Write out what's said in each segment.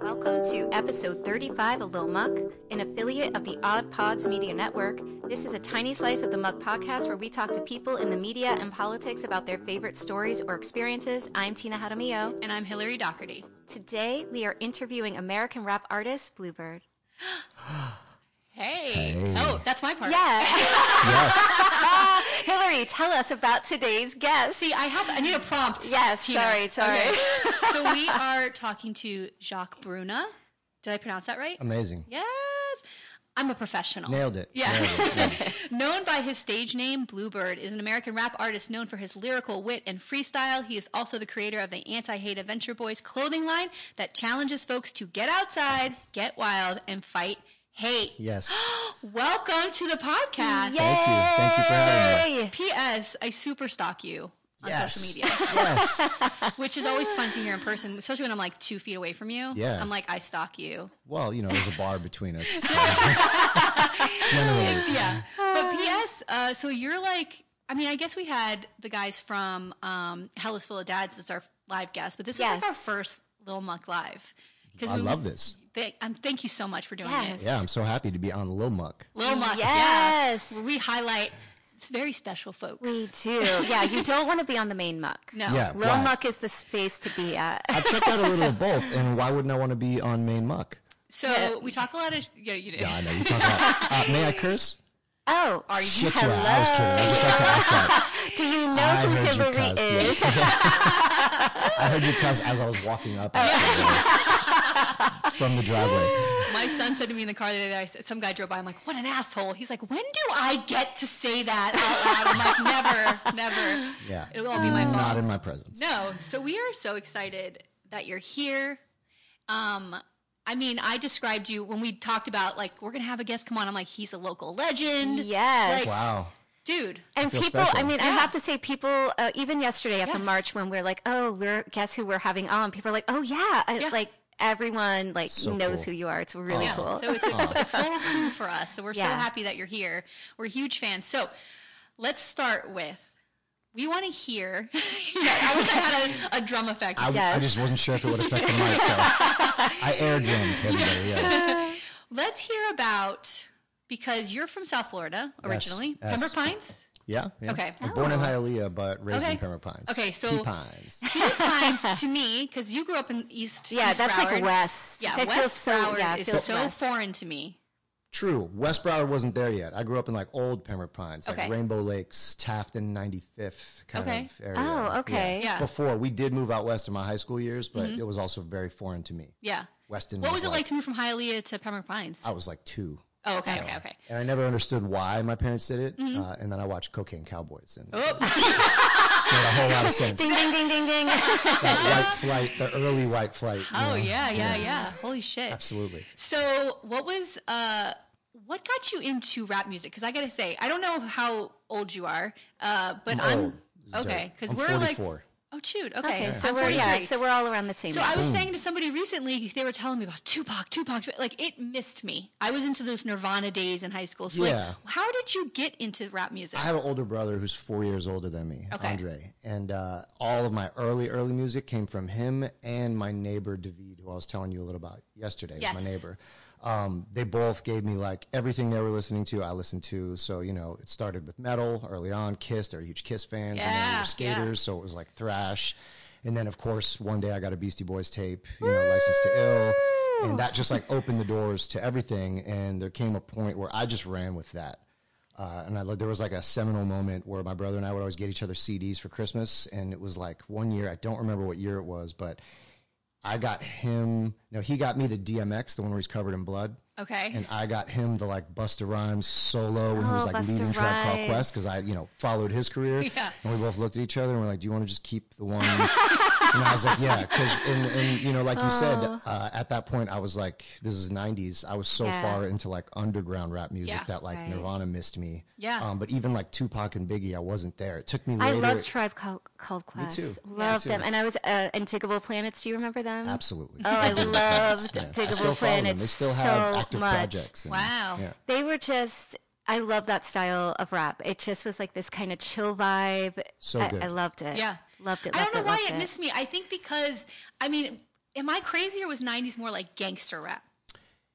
welcome to episode 35 of Lil Muck, an affiliate of the Odd Pods Media Network. This is a tiny slice of the Muck podcast where we talk to people in the media and politics about their favorite stories or experiences. I'm Tina Jaramillo. And I'm Hillary Doherty. Today, we are interviewing American rap artist Bluebird. Hey. Hey. Oh, that's my part. Yes. Yes. Hillary, tell us about today's guest. See, I have I need a prompt. Yes, Tina. sorry, sorry. Okay. so we are talking to Jacques Bruna. Did I pronounce that right? Amazing. Yes. I'm a professional. Um, Nailed it. Yeah. Nailed it. Yeah. Known by his stage name, Bluebird is an American rap artist known for his lyrical wit and freestyle. He is also the creator of the Anti Hate Adventure Boys clothing line that challenges folks to get outside, get wild, and fight hate. Yes. Welcome to the podcast. Thank you. Thank you for having Yay. P.S. I super stalk you on yes. social media, yes. which is always fun to hear in person, especially when I'm like two feet away from you. Yeah. I'm like, I stalk you. Well, you know, there's a bar between us. so- Generally. Yeah. But P.S. Uh, so you're like, I mean, I guess we had the guys from um, Hell is Full of Dads that's our live guest, but this is Yes. like our first Lil Muck Live. 'Cause I we- love this. Th- um, thank you so much for doing Yes. it. Yeah, I'm so happy to be on Lil Muck. Lil Muck. Yes. Yeah. Where we highlight very special folks. Me too. Yeah, you don't want to be on the main muck. no. Yeah. Lil right. Muck is the space to be at. I checked out a little of both, and why wouldn't I want to be on Main Muck? So we talk a lot of. Yeah, you did. Yeah, I know. You talk about. Uh, may I curse? Oh, are you Shit, hello? yeah. I was kidding. I just had to ask that. Do you know I who heard you Hillary cuss. is? yes. I heard you cuss as I was walking up actually, from the driveway. My son said to me in the car the other day, I said, some guy drove by. I'm like, what an asshole. He's like, when do I get to say that out loud? I'm like, never, never. Yeah. It'll all be my fault. Not in my presence. No. So we are so excited that you're here. Um, I mean, I described you when we talked about like we're gonna have a guest come on. I'm like, he's a local legend. Yes. Like- Wow. Dude. And feel people, I special. mean, I have to say, people, uh, even yesterday at the Yes. march when we're like, oh, we're, guess who we're having on? People are like, oh, yeah. I- Yeah. Like, everyone, like, So knows cool. who you are. It's really Yeah. cool. So it's a, it's a total coup for us. So we're so Yeah. happy that you're here. We're huge fans. So let's start with we want to hear. I wish I had a, a drum effect. I, I Yes. just wasn't sure if it would affect the mic, so I air drummed everybody. Yeah. Let's hear about because you're from South Florida originally, yes. Pembroke Pines. Yeah. yeah. Okay. I'm born in Hialeah, but raised Okay. in Pembroke Pines. Okay, so- Pea Pines. Pembroke Pines to me because you grew up in East. yeah, East that's Broward. like West. Yeah, It West feels so, Broward yeah, it is feels so West. foreign to me. True. West Broward wasn't there yet. I grew up in like old Pembroke Pines, like Okay. Rainbow Lakes, Tafton, 95th kind Okay. of area. Oh, okay. Yeah. Mm-hmm. Before we did move out west in my high school years, but it was also very foreign to me. Yeah. Weston. What was it like to move from Hialeah to Pembroke Pines? I was like two, Oh, okay, okay, okay. and I never understood why my parents did it. Uh, and then I watched Cocaine Cowboys, and it Mm-hmm. Oh, made a whole lot of sense. Ding, ding, ding, ding, ding. that white flight, the early white flight. you oh know? yeah, yeah, yeah. Holy shit. Absolutely. So, what was uh, what got you into rap music? Because I gotta say, I don't know how old you are, uh, but I'm, old. This is okay. dirt. Because I'm we're like, 44. oh, shoot. Okay, Okay, so I'm we're, yeah, 43. so we're all around the same. So age. I was Hmm. saying to somebody recently, they were telling me about Tupac, Tupac, Tupac. like it missed me. I was into those Nirvana days in high school. So Yeah. like, how did you get into rap music? I have an older brother who's four years older than me, Okay. Andre, and uh, all of my early, early music came from him and my neighbor David, who I was telling you a little about yesterday. was Yes. My neighbor, um, they both gave me like everything they were listening to. I listened to, so you know, it started with metal early on. Kiss, they're huge Kiss fans, and then we Yeah, were skaters, so it was like thrash. And then, of course, one day I got a Beastie Boys tape, you know, License to Ill, and that just like opened the doors to everything. And there came a point where I just ran with that. Uh, and I, lo- there was like a seminal moment where my brother and I would always get each other CDs for Christmas. And it was like one year, I don't remember what year it was, but I got him, no, he got me the DMX, the one where he's covered in blood. okay. And I got him the like Busta Rhymes solo when he was Oh, like Busta leading Tribe Called Rhymes. Quest because I, you know, followed his career. Yeah. And we both looked at each other and we're like, do you want to just keep the one? and I was like, yeah. Because, and, and, you know, like you said, Oh. uh, at that point, I was like, this is 90s. I was so Yeah. far into like underground rap music Yeah. that like Right. Nirvana missed me. Yeah. Um, but even like Tupac and Biggie, I wasn't there. It took me I later. love Tribe Called, Called Quest. too. Me Love too. them. And I was, uh, and Diggable Planets, do you remember them? Absolutely. Oh, I loved Yeah. I Diggable still follow them. Planets They still have so active much. projects. and- Wow. Yeah. They were just. I love that style of rap. It just was like this kind of chill vibe. So I, good. I loved it. Yeah. loved it. I don't loved know it, why loved it missed me. I think because I mean Am I crazy or was '90s more like gangster rap?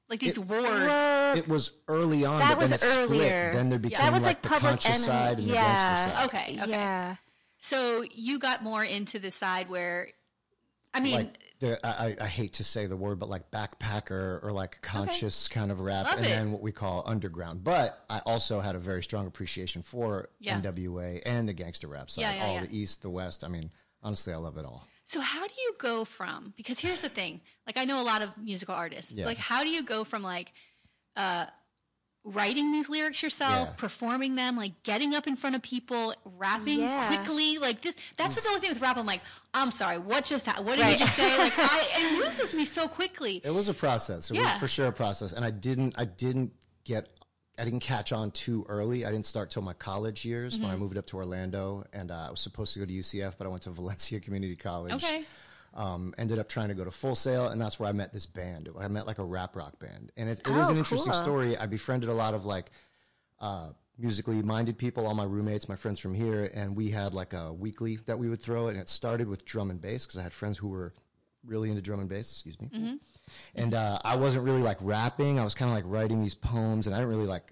Like these wars. It was early on, That but then was it split. earlier. Then there Yeah. became That was like, like the Public Enemy. conscious side and the Yeah. gangster side. Okay. Okay. Yeah. So you got more into the side where, I mean, like the, I, I I hate to say the word, but like backpacker or like conscious kind of rap, Love and it. then what we call underground. But I also had a very strong appreciation for Yeah. NWA and the gangster rap side, Yeah, yeah, all yeah. the East, the West. I mean, honestly, I love it all. So how do you go from because here's the thing, like I know a lot of musical artists. Yeah. Like how do you go from like uh writing these lyrics yourself, Yeah. performing them, like getting up in front of people, rapping Yeah. quickly, like this that's the only thing with rap I'm like, I'm sorry, what just happened? What did you Right. just say? Like I it loses me so quickly. It was a process. It Yeah. was for sure a process, and I didn't I didn't get I didn't catch on too early. I didn't start till my college years Mm-hmm. when I moved up to Orlando, and uh, I was supposed to go to UCF, but I went to Valencia Community College. Okay. um, ended up trying to go to Full Sail, and that's where I met this band. I met like a rap rock band, and it, it is Oh, an interesting cool. story. I befriended a lot of like uh, musically minded people, all my roommates, my friends from here, and we had like a weekly that we would throw, and it started with drum and bass because I had friends who were really into drum and bass. Excuse me, Mm-hmm. and uh, I wasn't really like rapping. I was kind of like writing these poems, and I didn't really like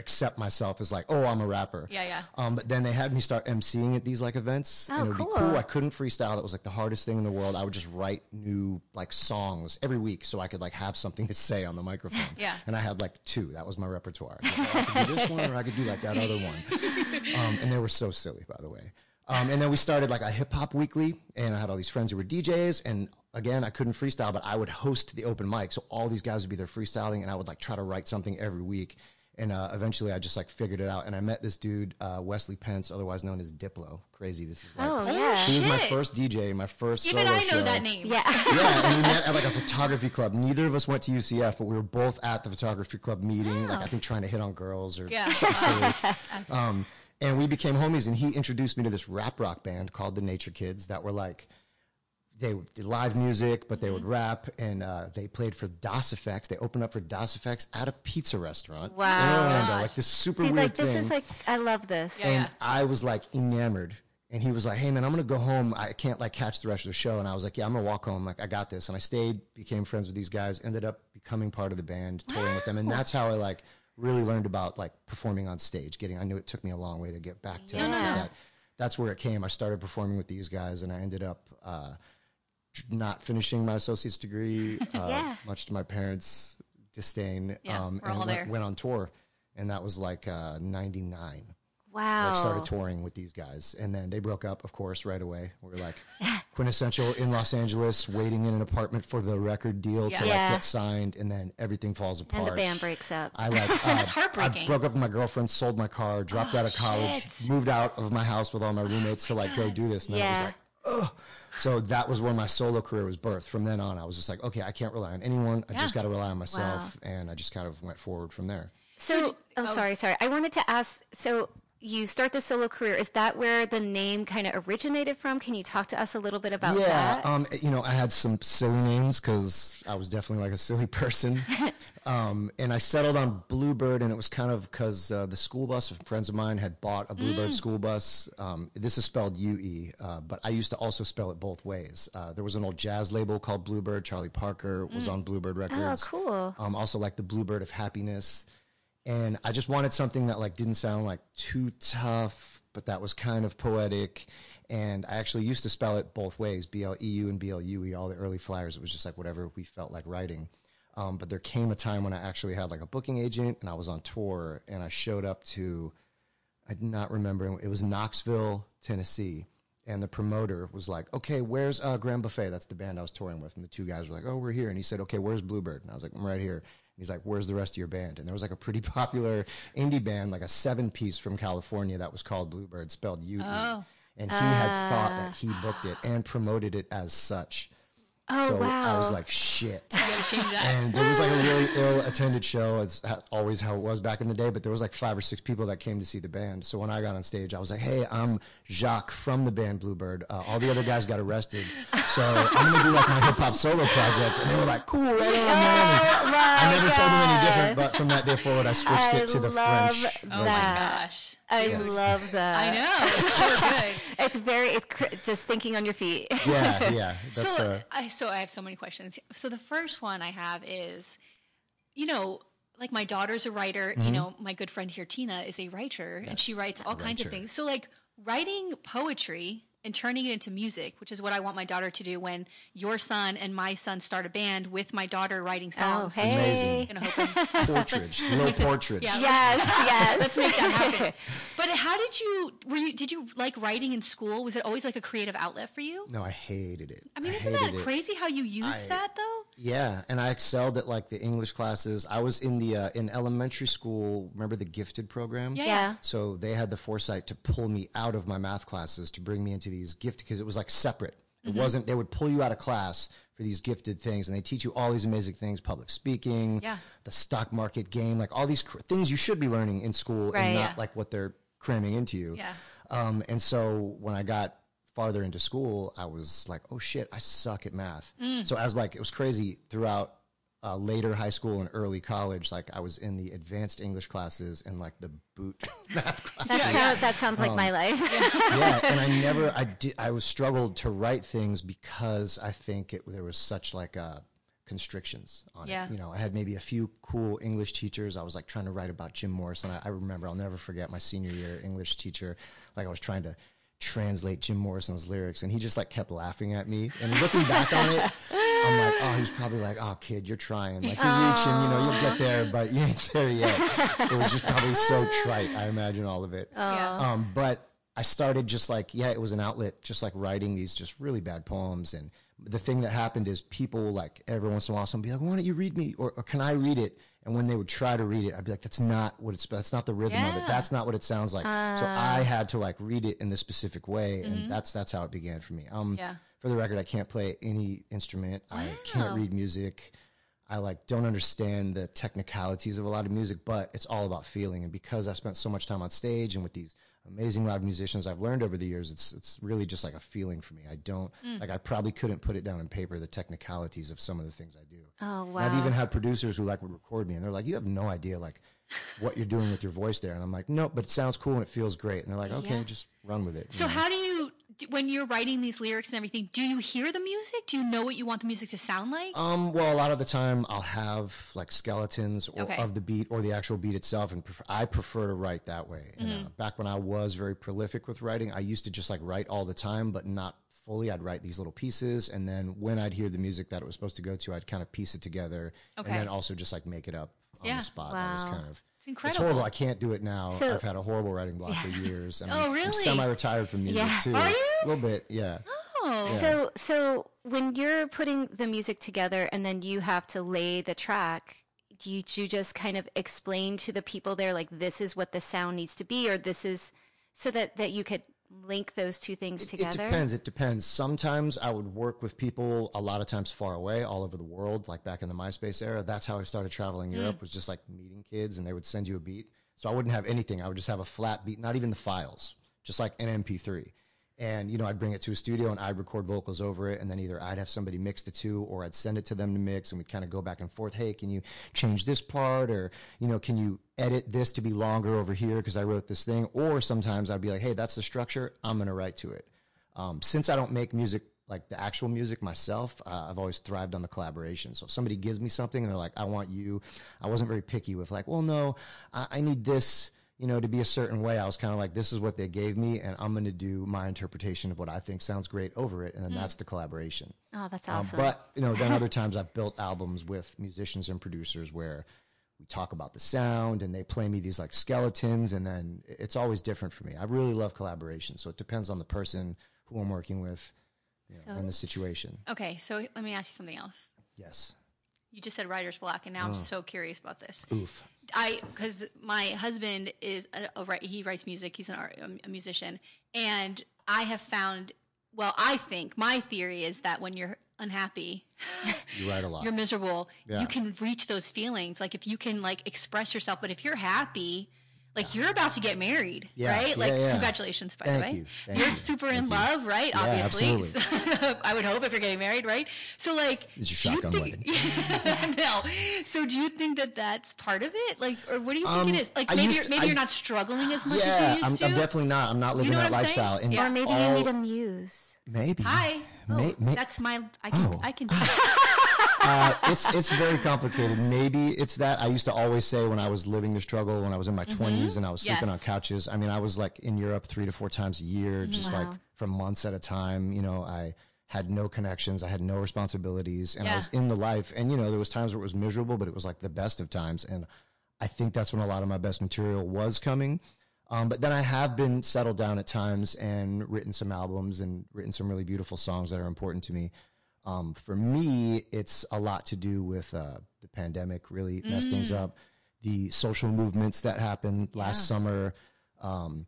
accept myself as like, oh, I'm a rapper. Yeah, yeah. Um, but then they had me start emceeing at these like events, and Oh, it would cool. be cool. I couldn't freestyle. That was like the hardest thing in the world. I would just write new like songs every week, so I could like have something to say on the microphone. Yeah. And I had like two. That was my repertoire. I, was like, "Oh, I could do this one, or I could do like that other one. Um, and they were so silly, by the way. Um, and then we started like a hip hop weekly, and I had all these friends who were DJs. And again, I couldn't freestyle, but I would host the open mic, so all these guys would be there freestyling, and I would like try to write something every week. And uh, eventually, I just like figured it out. And I met this dude, uh, Wesley Pence, otherwise known as Diplo. Crazy, this is like Oh, Oh, yeah. he was my shit. first DJ, my first Even solo I know show. that name. Yeah. yeah, and we met at like a photography club. Neither of us went to UCF, but we were both at the photography club meeting, like I think trying to hit on girls or Yeah. something. um, and we became homies, and he introduced me to this rap rock band called the Nature Kids that were like they would did live music, but they would Mm-hmm. rap, and uh, they played for Das Effects. They opened up for Das Effects at a pizza restaurant. in Wow. Orlando, like this super Dude, weird like thing. this is like I love this. Yeah. And I was like enamored. And he was like, "Hey man, I'm gonna go home. I can't like catch the rest of the show." And I was like, "Yeah, I'm gonna walk home. Like I got this." And I stayed, became friends with these guys, ended up becoming part of the band, touring with them, and that's how I like really learned about like performing on stage. Getting, I knew it took me a long way to get back to Yeah. that. That's where it came. I started performing with these guys, and I ended up uh, not finishing my associate's degree, uh, Yeah. much to my parents' disdain. Yeah, um, we're and all went, there. went on tour, and that was like uh, '99 Wow. like Oh. started touring with these guys and then they broke up of course right away we were like quintessential in los angeles waiting in an apartment for the record deal Yeah. to like Yeah. get signed and then everything falls apart and the band breaks up. I like uh, That's heartbreaking. I broke up with my girlfriend, sold my car, dropped Oh, out of college, shit. moved out of my house with all my roommates to like go do this. And I was Yeah. like, ugh. So that was where my solo career was birthed. From then on, I was just like, okay, I can't rely on anyone. I just Yeah. got to rely on myself, and I just kind of went forward from there. So, So- oh, oh. sorry, sorry. I wanted to ask. So, you start the solo career. Is that where the name kind of originated from? Can you talk to us a little bit about yeah, that? um, you know, I had some silly names because I was definitely like a silly person. um, and I settled on Bluebird, and it was kind of because uh, the school bus, friends of mine had bought a Mm. Bluebird school bus. Um, this is spelled U E, uh, but I used to also spell it both ways. Uh, there was an old jazz label called Bluebird. Charlie Parker was on Bluebird Records. Mm. Oh, cool. Um, also, like the Bluebird of Happiness and I just wanted something that like didn't sound like too tough, but that was kind of poetic. And I actually used to spell it both ways, B L E U and B L U E. All the early flyers, it was just like whatever we felt like writing. Um, but there came a time when I actually had like a booking agent, and I was on tour, and I showed up to I did not remember. It was Knoxville, Tennessee. And the promoter was like, okay, where's uh, Grand Buffet? That's the band I was touring with. And the two guys were like, oh, we're here. And he said, okay, where's Bluebird? And I was like, I'm right here. And he's like, where's the rest of your band? And there was like a pretty popular indie band, like a seven piece from California that was called Bluebird, spelled U E. Oh. And he had thought that he booked it and promoted it as such. Ah. Oh, so I was wow. like, shit. You gotta change that. And there was like a really ill attended show. It's ha- always how it was back in the day, but there was like five or six people that came to see the band. So when I got on stage, I was like, hey, I'm Jacques from the band Bluebird. Uh, all the other guys got arrested. So I'm going to do like my hip hop solo project. And they were like, cool, right on, man. I never told them any different, but from that day forward, I switched I it to the love that. French. oh my I gosh. I Yes. love that. I know. It's so good. It's very, it's cr- just thinking on your feet. Yeah, yeah. That's so uh, I so I have so many questions. So the first one I have is, you know, like my daughter's a writer. You know, my good friend here Tina is a writer, and she Mm-hmm. Yes, writes all kinds of writer. things. So like writing poetry and turning it into music, which is what I want my daughter to do when your son and my son start a band with my daughter writing Oh, songs. hey. amazing. You know, hoping- portrait. let's Little make this- portrait. yeah. Yes, yes. Let's make that happen. But how did you were you did you like writing in school? Was it always like a creative outlet for you? No, I hated it. I mean, isn't that hated it. crazy how you use I- that though? Yeah, and I excelled at like the English classes. I was in the uh, in elementary school. Remember the gifted program? Yeah. Yeah. So they had the foresight to pull me out of my math classes to bring me into these gifted because it was like separate. It Mm-hmm. wasn't. They would pull you out of class for these gifted things, and they teach you all these amazing things: public speaking, Yeah. the stock market game, like all these cr- things you should be learning in school, Right. and not Yeah. like what they're cramming into you. Yeah. Um, and so when I got farther into school, I was like, oh shit, I suck at math. So I was like, it was crazy throughout uh, later high school and early college. Like I was in the advanced English classes and like the boot math class. That's how, that sounds like Um, my life. yeah. And I never, I did, I was struggled to write things because I think it, there was such like uh constrictions on Yeah. it. You know, I had maybe a few cool English teachers. I was like trying to write about Jim Morrison. I, I remember, I'll never forget my senior year English teacher. Like I was trying to translate Jim Morrison's lyrics and he just like kept laughing at me and looking back on it. I'm like, oh, he's probably like, oh, kid, you're trying. Like, you're reaching, you know, you'll get there, but you ain't there yet. It was just probably so trite, I imagine, all of it. Yeah. Um, but I started just like, yeah, it was an outlet, just like writing these just really bad poems. And the thing that happened is people like every once in a while, someone would be like, why don't you read me? Or, or can I read it? And when they would try to read it, I'd be like, that's not what it's, that's not the rhythm of Yeah. Ah. it. That's not what it sounds like. so I had to like read it in this specific way. And that's, that's how it began for me. Um, Mm-hmm. Yeah. for the record, I can't play any instrument. I can't read music. I like don't understand the technicalities of a lot of music, but it's all about feeling. And because I've spent so much time on stage and with these amazing live musicians I've learned over the years, it's it's really just like a feeling for me. I don't Mm. like I probably couldn't put it down on paper the technicalities of some of the things I do. Oh, And I've wow. even had producers who like would record me and they're like, You have no idea like what you're doing with your voice there. And I'm like, No, but it sounds cool and it feels great. And they're like, Okay, just run with it. So how do you d- when you're writing these lyrics and everything, do you hear the music? Do you know what you want the music to sound like? Um, well, a lot of the time I'll have like skeletons or, Okay. of the beat or the actual beat itself, and pref- I prefer to write that way. And, Mm-hmm. uh, back when I was very prolific with writing, I used to just like write all the time, but not fully. I'd write these little pieces, and then when I'd hear the music that it was supposed to go to, I'd kind of piece it together, Okay. and then also just like make it up on Yeah. the spot. That was Wow. kind of. It's incredible. horrible. I can't do it now. So- I've had a horrible writing block for years. And Oh, I'm, really? I'm semi-retired from music Yeah. too. Are you? A little bit, yeah. Oh, So, so when you're putting the music together and then you have to lay the track, you you just kind of explain to the people there like this is what the sound needs to be, or this is so that that you could link those two things together. It depends. It depends. Sometimes I would work with people a lot of times far away, all over the world, like back in the MySpace era. That's how I started traveling Europe was just like meeting kids and they would send you a beat. So I wouldn't have anything. I would just have a flat beat, not even the files, just like an MP3. And, you know, I'd bring it to a studio and I'd record vocals over it. And then either I'd have somebody mix the two or I'd send it to them to mix and we'd kind of go back and forth. Hey, can you change this part? Or, you know, can you edit this to be longer over here? Because I wrote this thing. Or sometimes I'd be like, Hey, that's the structure. I'm going to write to it. Um, since I don't make music, like the actual music myself, uh, I've always thrived on the collaboration. So if somebody gives me something and they're like, I want you, I wasn't very picky with like, well, no, I, I need this, you know, to be a certain way. I was kind of like, this is what they gave me and I'm going to do my interpretation of what I think sounds great over it. And then that's the collaboration. Oh, that's Um, awesome. but you know, then other times I've built albums with musicians and producers where we talk about the sound and they play me these like skeletons, and then it's always different for me. I really love collaboration, so it depends on the person who I'm working with you know, and the situation. okay. So let me ask you something else. Yes. You just said writer's block, and now I'm so curious about this. Oof. I because my husband is a, a wri- he writes music. He's an art, um, a musician, and I have found. Well, I think my theory is that when you're unhappy, You write a lot. you're miserable Yeah. you can reach those feelings like if you can like express yourself but if you're happy Like you're about to get married, Yeah, right? yeah, Like yeah. congratulations, by Thank the way. you, thank you're you, super thank in you. love, right? Yeah, Obviously. absolutely. I would hope if you're getting married, right? So like It's your do you shotgun think- no. So do you think that that's part of it? Like or what do you think Um, it is? Like I maybe used you're, to- maybe I- you're not struggling as much yeah, as you I'm, used I'm to. definitely not. I'm not living know that what I'm saying? lifestyle. And Yeah. Or maybe all- you need a muse. maybe. Hi. May- Oh, may- that's my I can Oh. I can uh, it's it's very complicated. Maybe it's that I used to always say when I was living the struggle, when I was in my 20s and I was sleeping Mm-hmm. Yes. on couches. I mean, I was like in Europe three to four times a year, just Wow. like for months at a time. You know, I had no connections, I had no responsibilities, and Yeah. I was in the life. And you know, there was times where it was miserable, but it was like the best of times. And I think that's when a lot of my best material was coming. Um, but then I have been settled down at times and written some albums and written some really beautiful songs that are important to me. Um, for me, it's a lot to do with uh, the pandemic really messed things up, the social movements that happened last summer. Um,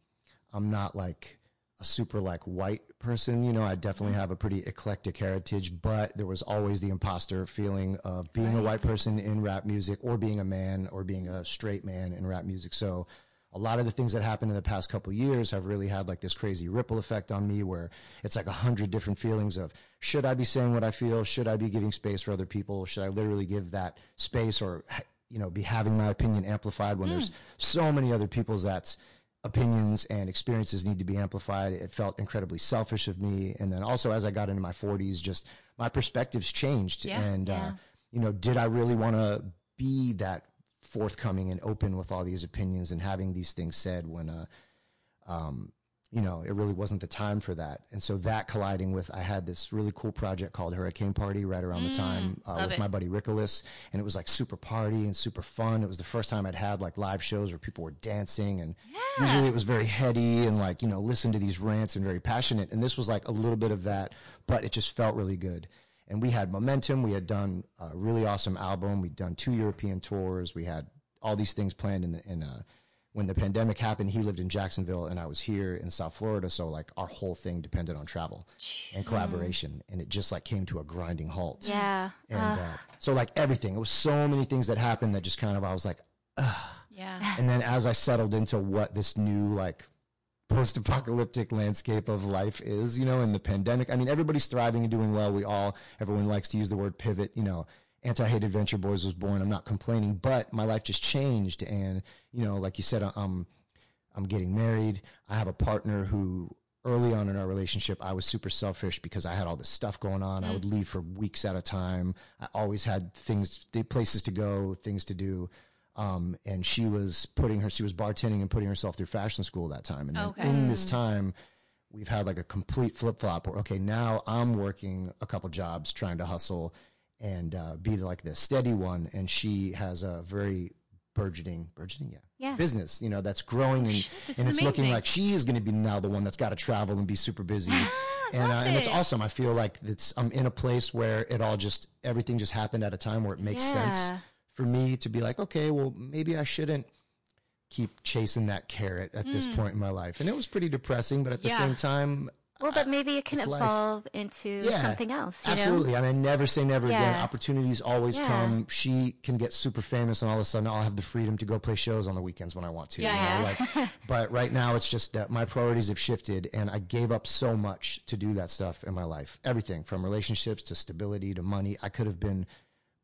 I'm not like a super like white person, you know. I definitely have a pretty eclectic heritage, but there was always the imposter feeling of being a white person in rap music, or being a man, or being a straight man in rap music. So, a lot of the things that happened in the past couple years have really had like this crazy ripple effect on me where it's like a hundred different feelings of should I be saying what I feel? Should I be giving space for other people? Should I literally give that space or, you know, be having my opinion amplified when there's so many other people's that's opinions and experiences need to be amplified. It felt incredibly selfish of me. And then also as I got into my forties, just my perspectives changed Yeah, and, uh, you know, did I really want to be that forthcoming and open with all these opinions and having these things said when, uh, um, you know, it really wasn't the time for that. And so that colliding with, I had this really cool project called Hurricane Party right around the time uh, Mm, love with it. my buddy Rickolas. And it was like super party and super fun. It was the first time I'd had like live shows where people were dancing. And usually it was very heady and like, you know, listen to these rants and very passionate. And this was like a little bit of that, but it just felt really good. And we had momentum. We had done a really awesome album. We'd done two European tours. We had all these things planned in the, in, uh, when the pandemic happened, he lived in Jacksonville and I was here in South Florida. So like our whole thing depended on travel and collaboration. And it just like came to a grinding halt. Yeah. And uh, so like everything, it was so many things that happened that just kind of, I was like, Yeah. and then as I settled into what this new like post-apocalyptic landscape of life is, you know, in the pandemic. I mean, everybody's thriving and doing well. We all, everyone likes to use the word pivot, you know, anti-hate adventure boys was born. I'm not complaining, but my life just changed. And, you know, like you said, um, I'm getting married. I have a partner who early on in our relationship, I was super selfish because I had all this stuff going on. I would leave for weeks at a time. I always had things, th- places to go, things to do. Um, and she was putting her, she was bartending and putting herself through fashion school that time. And then Okay. in this time, we've had like a complete flip flop where, okay, now I'm working a couple jobs trying to hustle and uh, be like the steady one. And she has a very burgeoning, burgeoning, yeah, Yeah. business, you know, that's growing and, this and is it's looking amazing. like she is going to be now the one that's got to travel and be super busy. and, uh, and it's Ah, it. awesome. I feel like it's, I'm in a place where it all just, everything just happened at a time where it makes Yeah. sense for me to be like, okay, well, maybe I shouldn't keep chasing that carrot at this point in my life. And it was pretty depressing, but at the Hmm. Yeah. same time, Well, but maybe it can uh, it's life. evolve into something else. You absolutely. I mean, never say never again. Yeah. Opportunities always Yeah. come. She can get super famous, and all of a sudden, I'll have the freedom to go play shows on the weekends when I want to. you know, Yeah. like- but right now, it's just that my priorities have shifted, and I gave up so much to do that stuff in my life. Everything from relationships to stability to money. I could have been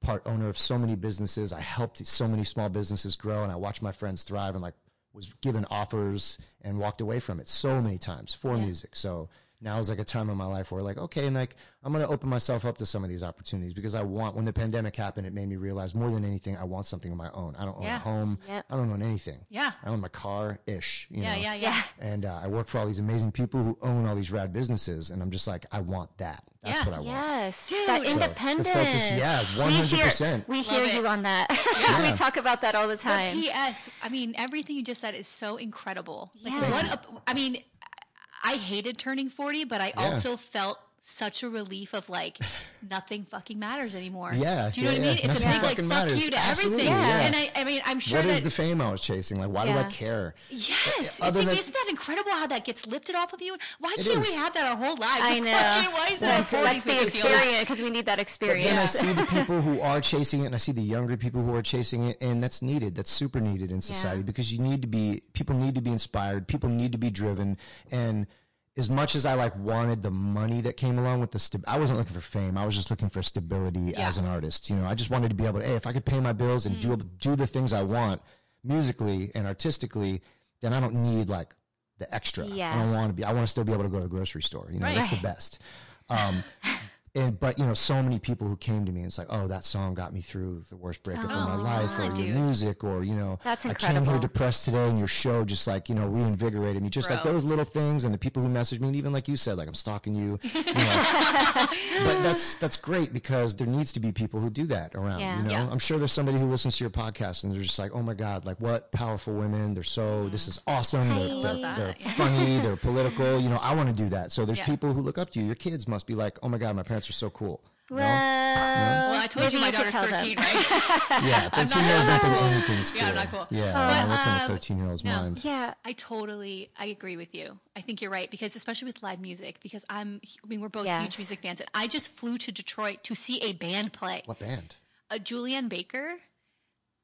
part owner of so many businesses. I helped so many small businesses grow, and I watched my friends thrive, and like was given offers and walked away from it so many times for music. So now is like a time in my life where like, okay, and like I'm gonna open myself up to some of these opportunities because I want when the pandemic happened, it made me realize more than anything, I want something of my own. I don't own Yeah. a home. Yep. I don't own anything. Yeah. I own my car ish. You Yeah, know? yeah, yeah. Yeah. And uh, I work for all these amazing people who own all these rad businesses, and I'm just like, I want that. That's Yeah. what I want. Yes, Dude. that So, the independence. focus- yeah, 100%. We hear, we Love hear it. you on that. Yeah. we talk about that all the But time. P.S. I mean, everything you just said is so incredible. Like Yeah. what? A, I mean, I hated turning forty, but I also felt such a relief of like nothing fucking matters anymore. Yeah, do you know yeah, what I mean? It's yeah. a Nothing big like fucking fuck matters. you to Absolutely, everything. yeah. And I, I mean, I'm sure What that is the fame I was chasing? Like, why do Yeah. I care? Yes, Other it's, than- isn't that incredible how that gets lifted off of you? Why It can't is. we have that our whole lives? I Like, know. fucking Why is that? our That's 40s the making us feel experience because we need that experience. Then I see the people who are chasing it, and I see the younger people who are chasing it, and that's needed. That's super needed in society because you need to be. People need to be inspired. People need to be driven. And as much as I like wanted the money that came along with the, sta- I wasn't looking for fame. I was just looking for stability as an artist. You know, I just wanted to be able to. Hey, if I could pay my bills and do do the things I want musically and artistically, then I don't need like the extra. Yeah. I don't want to be. I want to still be able to go to the grocery store. You know, that's the best. Um, and but you know, so many people who came to me, and it's like, oh, that song got me through the worst breakup of my life, or dude. your music, or you know, Oh, That's I came incredible. here depressed today, and your show just like you know reinvigorated me, just like Bro. those little things, and the people who messaged me, and even like you said, like I'm stalking you. you know. but that's that's great because there needs to be people who do that around. Yeah. You know, Yeah. I'm sure there's somebody who listens to your podcast, and they're just like, oh my god, like what powerful women! They're so this is awesome. They're, Mm. love they're- that. they're funny. They're political. You know, I want to do that. So there's Yeah. people who look up to you. Your kids must be like, oh my god, my parents are so cool. You know? Well, Well, I told you maybe my should daughter's tell them. 13, right? Yeah, 13 year olds don't think anything's cool. Yeah, I'm not cool. Yeah, But, no, what's in a um, 13 year old's no. mind? Yeah. I totally, I agree with you. I think you're right because especially with live music, because I'm, I mean, we're both huge Yes. music fans, and I just flew to Detroit to see a band play. What band? A Julianne Baker,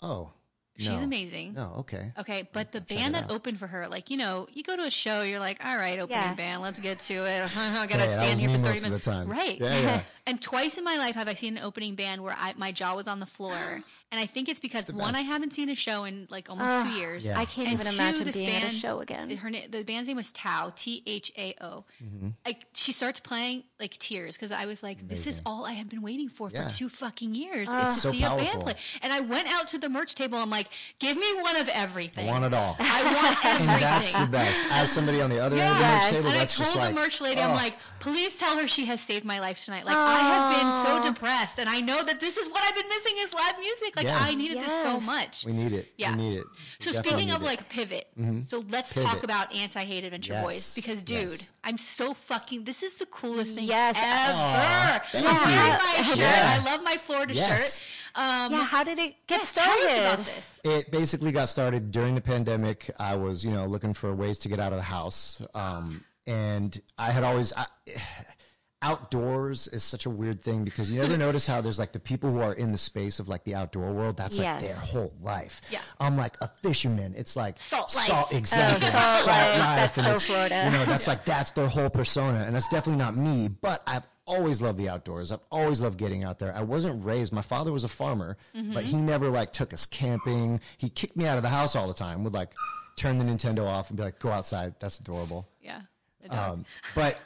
Oh, she's no. amazing. Oh, No, okay. Okay, but the check band it that out. opened for her, like you know, you go to a show, you're like, all right, opening Yeah. band, let's get to it. I Yeah, gotta that stand was here me for thirty most of minutes, the time. right? Yeah, yeah. and twice in my life have I seen an opening band where I, my jaw was on the floor, and I think it's because one, I best. haven't seen a show in like almost two years. Yeah. I can't And even two, imagine this being at band- a show again. Her na- the band's name was Tao T H A O. Mm-hmm. Like she starts playing like tears because I was like, this is all I have been waiting for Yeah. for two fucking years is It's to so see a band powerful. play. And I went out to the merch table. I'm like, give me one of everything. I want it all. I want everything. And that's the best. As somebody on the other end of the Yes. merch table, and I that's told just the like. merch lady, I'm oh. like, please tell her she has saved my life tonight. Like, I have been so depressed, and I know that this is what I've been missing is live music. Like, Yeah. I needed this so Yes. much. We need it. Yeah. We need it. So We definitely speaking of need it. like pivot, so let's Pivot. talk about anti-hate adventure Yes. boys because dude, Yes. I'm so fucking. This is the coolest thing Yes. ever. Aw, I'm thank wearing you. my shirt. Yeah. I love my Florida Yes. shirt. Um, yeah, how did it get yes, started? Tell us about this. It basically got started during the pandemic. I was, you know, looking for ways to get out of the house. Um, and I had always, I, outdoors is such a weird thing because you never notice how there's like the people who are in the space of like the outdoor world. That's like Yes. their whole life. Yeah. I'm like a fisherman. It's like Salt life. exactly. Oh, salt life. That's and so it's, Florida. You know, that's like, that's their whole persona. And that's definitely not me, but I've always loved the outdoors. I've always loved getting out there. I wasn't raised. My father was a farmer, Mm-hmm. but he never like took us camping. He kicked me out of the house all the time. Would like turn the Nintendo off and be like, "Go outside." That's adorable. Yeah. Um, but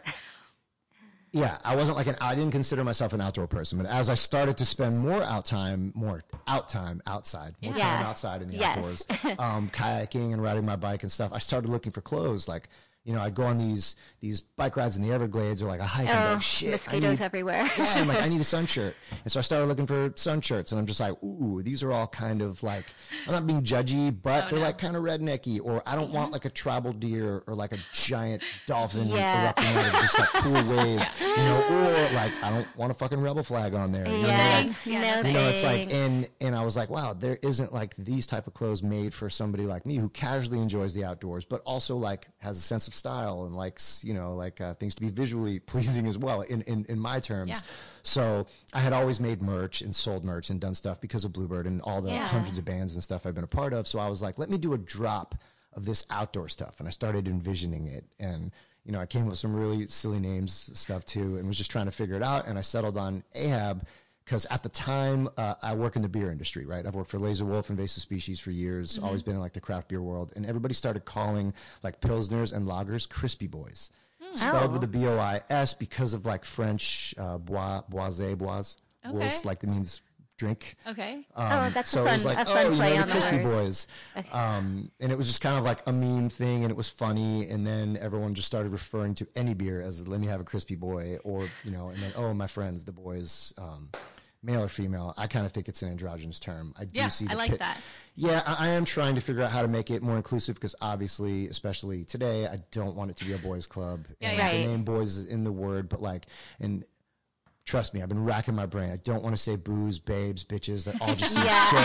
yeah, I wasn't like an. I didn't consider myself an outdoor person. But as I started to spend more out time, more out time outside, more Yeah. time outside in the Yes. outdoors, um, kayaking and riding my bike and stuff, I started looking for clothes. Like you know, I'd go on these these bike rides in the Everglades or like a hike. and be Oh, like, shit, I mosquitoes need- everywhere. yeah, I'm like, I need a sun shirt. And so I started looking for sun shirts and I'm just like, ooh, these are all kind of like, I'm not being judgy, but they're like kind of rednecky or I don't want like a tribal deer or like a giant dolphin Yeah. erupting out of just like cool wave, you know, or like, I don't want a fucking rebel flag on there. You know, Yeah. like, Yeah, no no you know, it's like, thanks. and and I was like, wow, there isn't like these type of clothes made for somebody like me who casually enjoys the outdoors, but also like has a sense of style and likes, you know, like uh, things to be visually pleasing as well in in, in my terms. Yeah. So I had always made merch and sold merch and done stuff because of Bluebird and all the Yeah. hundreds of bands and stuff I've been a part of. So I was like, let me do a drop of this outdoor stuff, and I started envisioning it and. You know, I came up with some really silly names stuff too, and was just trying to figure it out. And I settled on Ahab because at the time uh, I work in the beer industry, right? I've worked for Laser Wolf, Invasive Species for years, Mm-hmm. always been in like the craft beer world, and everybody started calling like pilsners and lagers crispy boys, Hmm. Oh. spelled with a B O I S because of like French uh, bois, boise, bois, Okay. was like that means drink. Okay. uh, oh, that's Um, a so it fun, was like, a oh, fun you play know, on the the Crispy words. Boys. Um, and it was just kind of like a meme thing, and it was funny. And then everyone just started referring to any beer as "Let me have a crispy boy," or you know, and then oh, my friends, the boys. Um, male or female, I kind of think it's an androgynous term. I do Yeah, see. I the like pit- that. Yeah, I, I am trying to figure out how to make it more inclusive because obviously, especially today, I don't want it to be a boys' club. Yeah, and yeah. Right. The name "boys" is in the word, but like, and trust me, I've been racking my brain. I don't want to say booze, babes, bitches. That all just seems so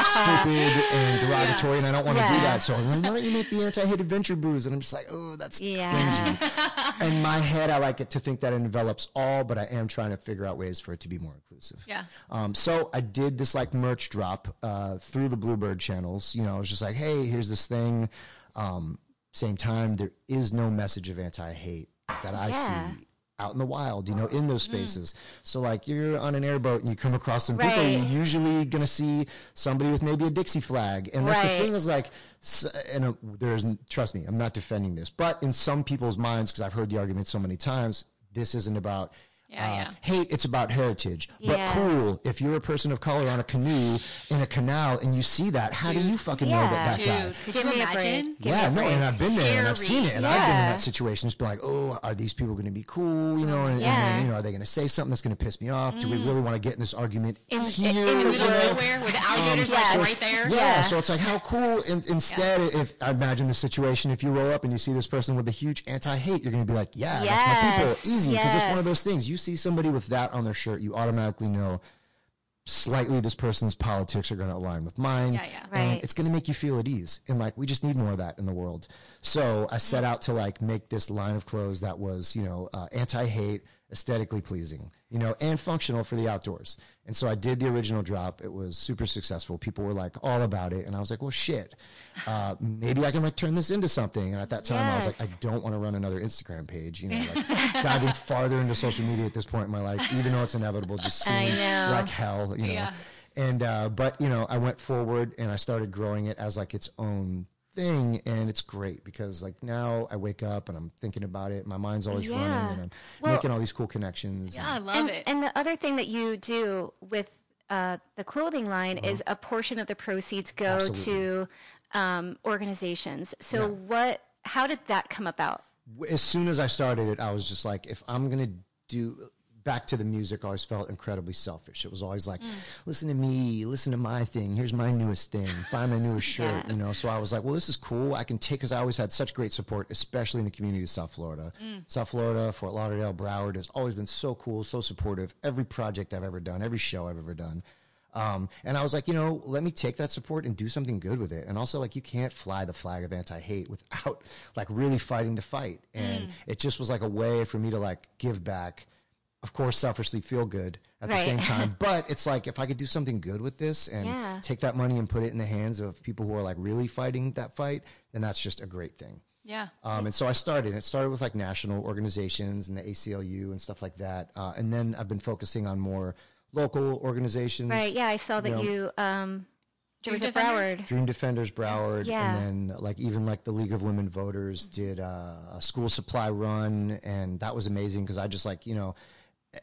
stupid and derogatory, and I don't want to do Yeah. that. So I'm like, why don't you make the anti-hate adventure booze? And I'm just like, oh, that's Yeah. cringy. In my head, I like it to think that it envelops all, but I am trying to figure out ways for it to be more inclusive. Yeah. Um, so I did this like merch drop uh, through the Bluebird channels. You know, I was just like, hey, here's this thing. Um, same time, there is no message of anti hate that I Yeah. Mm. see out in the wild, you know, in those spaces. So like you're on an airboat and you come across some people, Right. you're usually going to see somebody with maybe a Dixie flag. And that's Right. the thing is like, s- and uh, there's, trust me, I'm not defending this, but in some people's minds, because I've heard the argument so many times, this isn't about Yeah, uh, yeah. hate, it's about heritage. But Yeah. cool, if you're a person of color on a canoe in a canal and you see that, how do you fucking know Yeah. that that Dude, guy? could Give you me a break. imagine? Give yeah, me a no, break. and I've been there and I've seen it, and I've been in Yeah. that situation. It's been like, oh, are these people going to be cool? You know, and, Yeah. and, you know, are they going to say something that's going to piss me off? Do we really want to get in this argument In- here? in the Middle Woods. of nowhere where the alligators Um, yes. like right there. Um, Yeah, Yeah. so it's like how cool. In, instead, if I imagine the situation, if you roll up and you see this person with a huge anti-hate, you're going to be like, "Yeah, that's Yes, my people." Easy, because it's one yes. of those things. You see somebody with that on their shirt, you automatically know slightly this person's politics are going to align with mine. Yeah, yeah. Right. And it's going to make you feel at ease. And like, we just need more of that in the world. So I set out to like make this line of clothes that was, you know, uh, anti hate, aesthetically pleasing, you know, and functional for the outdoors. And so I did the original drop. It was super successful. People were like all about it. And I was like, well, shit, uh, maybe I can like turn this into something. And at that time, I was Yes. like, I don't want to run another Instagram page, you know, like diving farther into social media at this point in my life, even though it's inevitable, just I seemed know. like hell, you know. Yeah. And uh, but you know, I went forward and I started growing it as like its own thing, and it's great because like now I wake up and I'm thinking about it. My mind's always Yeah. running, and I'm Well- making all these cool connections. Yeah, I love and, it. and the other thing that you do with uh, the clothing line is a portion of the proceeds go Uh-huh. Absolutely. to um, organizations. So Yeah. what? How did that come about? w- as soon as I started it, I was just like, if I'm gonna do back to the music, I always felt incredibly selfish. It was always like, listen to me, listen to my thing. Here's my newest thing. Buy my newest shirt. Yeah. You know, so I was like, well, this is cool. I can take because I always had such great support, especially in the community of South Florida. South Florida, Fort Lauderdale, Broward has always been so cool, so supportive. Every project I've ever done, every show I've ever done. Um, and I was like, you know, let me take that support and do something good with it. And also, like, you can't fly the flag of anti-hate without like really fighting the fight. And Mm. it just was like a way for me to like give back. Of course, selfishly feel good at the Right. same time, but it's like if I could do something good with this and Yeah. take that money and put it in the hands of people who are like really fighting that fight, then that's just a great thing. Yeah. Um, and so I started. It started with like national organizations and the ACLU and stuff like that. Uh, and then I've been focusing on more local organizations. Right. Yeah, I saw that Yeah. you. Um, there Dream was a Defenders? Broward. Dream Defenders Broward, Yeah. and then like even like the League of Women Voters did uh, a school supply run, and that was amazing because I just like you know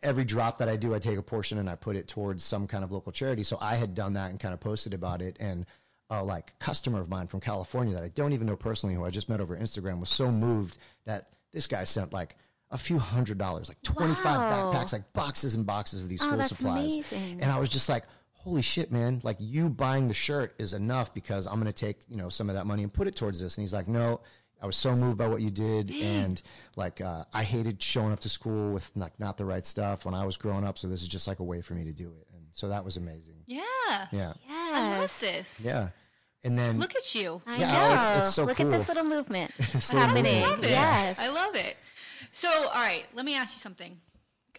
every drop that I do, I take a portion and I put it towards some kind of local charity. So I had done that and kind of posted about it, and a like customer of mine from California that I don't even know personally, who I just met over Instagram, was so moved that this guy sent like. A few hundred dollars, like twenty-five Wow. backpacks, like boxes and boxes of these Oh, school that's supplies, amazing. and I was just like, holy shit, man. Like you buying the shirt is enough because I'm going to take, you know, some of that money and put it towards this. And he's like, no, I was so moved by what you did. And like, uh, I hated showing up to school with like not the right stuff when I was growing up. So this is just like a way for me to do it. And so that was amazing. Yeah. Yeah. Yes. I love this. Yeah. And then Look at you. I Yeah, oh, it's- know. it's so Look at cool. this little movement little happening. movement. it. Yes. I love it. So, all right, let me ask you something.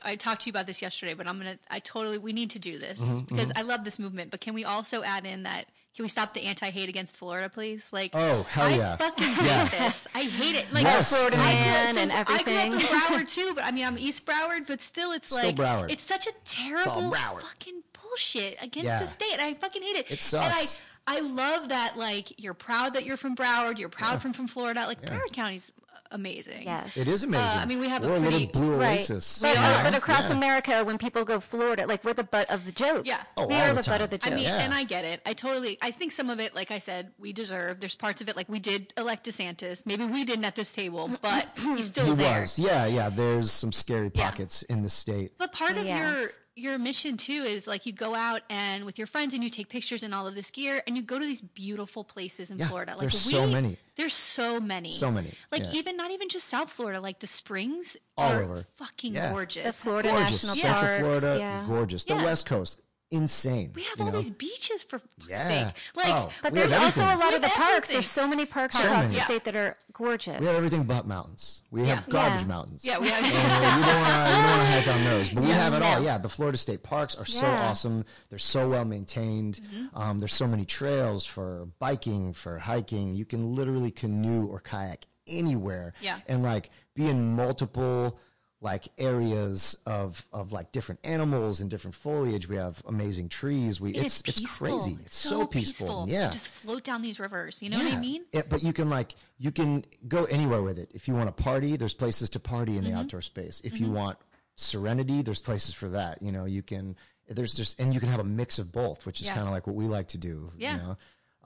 I talked to you about this yesterday, but I'm going to, I totally, we need to do this Mm-hmm, because I love this movement. But can we also add in that, can we stop the anti hate against Florida, please? Like, Oh, hell I yeah. fucking Yeah. hate this. I hate it. Like, Yes. Florida grew I up- man so and I everything. grew up in Broward too, but I mean, I'm East Broward, but still, it's Still like Broward. it's such a terrible Broward. fucking bullshit against Yeah. the state. I fucking hate it. It And I, sucks. I love that. Like, you're proud that you're from Broward. You're proud from from Florida. Like, Broward County's amazing. Yes. it is amazing. uh, I mean, we have a We're a, pretty- little blue Right. oasis. But, you uh, know? but across Yeah. America, when people go Florida, like we're the butt of the joke. Yeah. Oh, we all are the the, butt time. of the I joke. mean, Yeah. and I get it. I totally. I think some of it, like I said, we deserve. There's parts of it, like we did elect DeSantis. Maybe we didn't at this table, but he's still He there. was. Yeah. Yeah. There's some scary pockets in the state. But part of Yes. your your mission too is like you go out and with your friends and you take pictures in all of this gear and you go to these beautiful places in Yeah, Florida. Like there's so many. There's so many. So many, Like yeah. even not even just South Florida, like the springs All are over. fucking Yeah. The gorgeous. Florida gorgeous. National Central Parks. Florida, yeah. gorgeous. The Yeah. West Coast, insane. we have you all know? these beaches for fuck's Yeah. sake. Like Oh. But We there's have also a everything. lot We of the have parks. everything. There's so many parks So across many. the Yeah. state that are gorgeous. We have everything but mountains. We have Yeah. garbage Yeah. mountains. Yeah, we have And you don't want to you don't want to hike on those, but we have it all. No. Yeah, the Florida state parks are so Yeah. awesome. They're so well maintained. Um, there's so many trails for biking, for hiking. You can literally canoe or kayak anywhere. Yeah. and like be in multiple like areas of of like different animals and different foliage. We have amazing trees. We It it's is it's peaceful. crazy. It's so, peaceful. Yeah, To just float down these rivers. You know what I yeah. mean? Yeah, but you can like you can go anywhere with it. If you want to party, there's places to party Mm-hmm. in the outdoor space. If you want serenity, there's places for that. You know, you can there's just and you can have a mix of both, which is Yeah. kind of like what we like to do. Yeah. You know?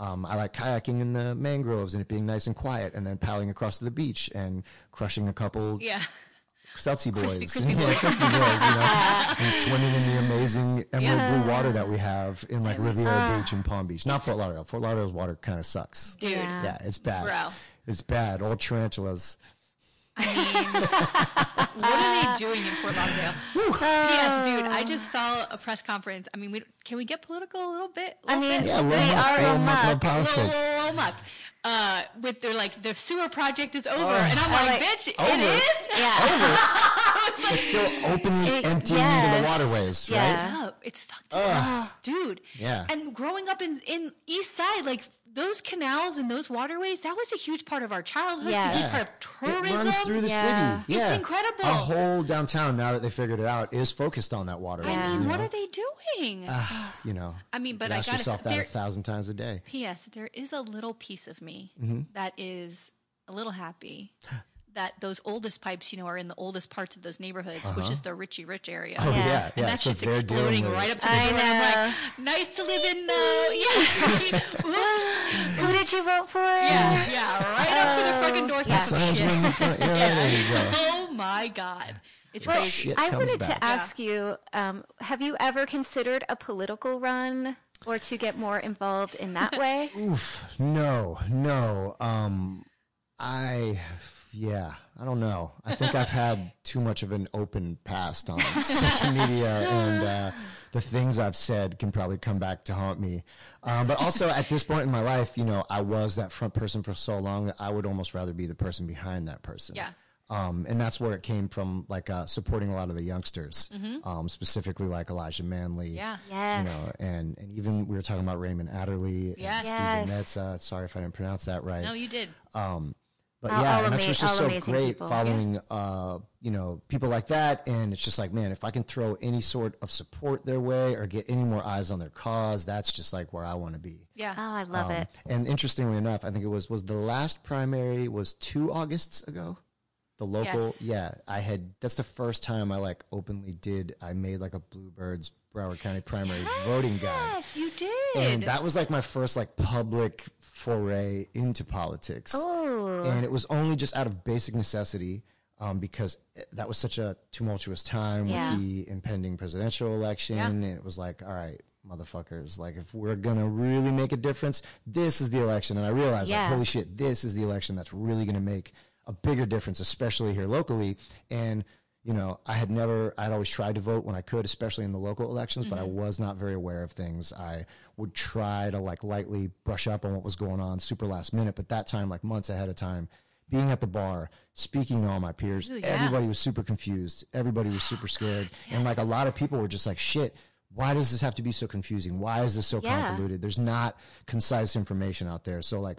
Um, I like kayaking in the mangroves and it being nice and quiet, and then paddling across to the beach and crushing a couple Yeah. Seltzy boys, crispy Yeah, boys. crispy boys, you know, and swimming in the amazing emerald blue water that we have in like Riviera Beach and Palm Beach. Not Fort Lauderdale. Fort Lauderdale's water kind of sucks. Ah. Dude. Yeah. Yeah, it's bad. Bro. It's bad. Old tarantulas. What are Uh, they doing in Fort Lauderdale? P.S. Dude, I just saw a press conference. I mean, we, can we get political a little bit? I Little mean, bit? Yeah, little they muck, are little a muck, little muck. politics. Blow them up. Uh, with their like the sewer project is over, and I'm like, like, bitch, it Oh, over? is. Yeah. I was like, It's still openly It- emptying into yes. the waterways, Yeah. right? fucked up. It's fucked up, dude. Yeah. And growing up in in East Side, like those canals and those waterways, that was a huge part of our childhood. It's a huge Yes. part of tourism. It runs through the Yeah. city. Yeah. incredible. Our whole downtown, now that they figured it out, is focused on that water. I mean, you what know? are they doing? You know, I mean, but you I ask gotta yourself say, that there- a thousand times a day. P.S. There is a little piece of me Mm-hmm. that is a little happy that those oldest pipes, you know, are in the oldest parts of those neighborhoods, which is the Richie Rich area. Uh-huh. Oh, yeah. yeah. And that so shit's they're exploding dealing with it. right up to the I door. And I'm like, nice to live in though. Yeah. Oops. Who did you vote for? Yeah. Yeah. Right up to the fucking doorstep. of Signs shit. were in the front. Yeah, there you go. Oh my God. It's Well, crazy. Shit I comes wanted back. to ask you: um, Have you ever considered a political run, or to get more involved in that way? Oof. No, no. Um, I, yeah, I don't know. I think I've had too much of an open past on social media, and uh, the things I've said can probably come back to haunt me. Um, but also, at this point in my life, you know, I was that front person for so long that I would almost rather be the person behind that person. Yeah. Um, and that's where it came from, like uh, supporting a lot of the youngsters, um, specifically like Elijah Manley. Mm-hmm. Yeah. Yes. You know, and, and even we were talking about Raymond Adderley Yes. and Stephen Yes. Metza. Sorry if I didn't pronounce that right. No, you did. but All- yeah, all and that's ama- what's all just so amazing great people. following, uh, you know, people like that. And it's just like, man, if I can throw any sort of support their way or get any more eyes on their cause, that's just like where I want to be. Oh, Um, Yeah. I love it. And interestingly enough, I think it was was the last primary was two Augusts ago. The local, Yes. yeah, I had. That's the first time I like openly did. I made like a Bluebirds Broward County primary voting guide, Yes, you did. and that was like my first like public foray into politics. Oh, And it was only just out of basic necessity um, because it- that was such a tumultuous time Yeah. with the impending presidential election. Yeah. And it was like, all right, motherfuckers, like if we're going to really make a difference, this is the election. And I realized, Yeah. like, holy shit, this is the election that's really going to make a bigger difference, especially here locally. And you know, I had never, I'd always tried to vote when I could, especially in the local elections, but I was not very aware of things. I would try to like lightly brush up on what was going on super last minute, but that time, like months ahead of time, being at the bar, speaking to all my peers, yeah. everybody was super confused. Everybody was super scared. And like a lot of people were just like, shit, why does this have to be so confusing? Why is this so Yeah. convoluted? There's not concise information out there. So like,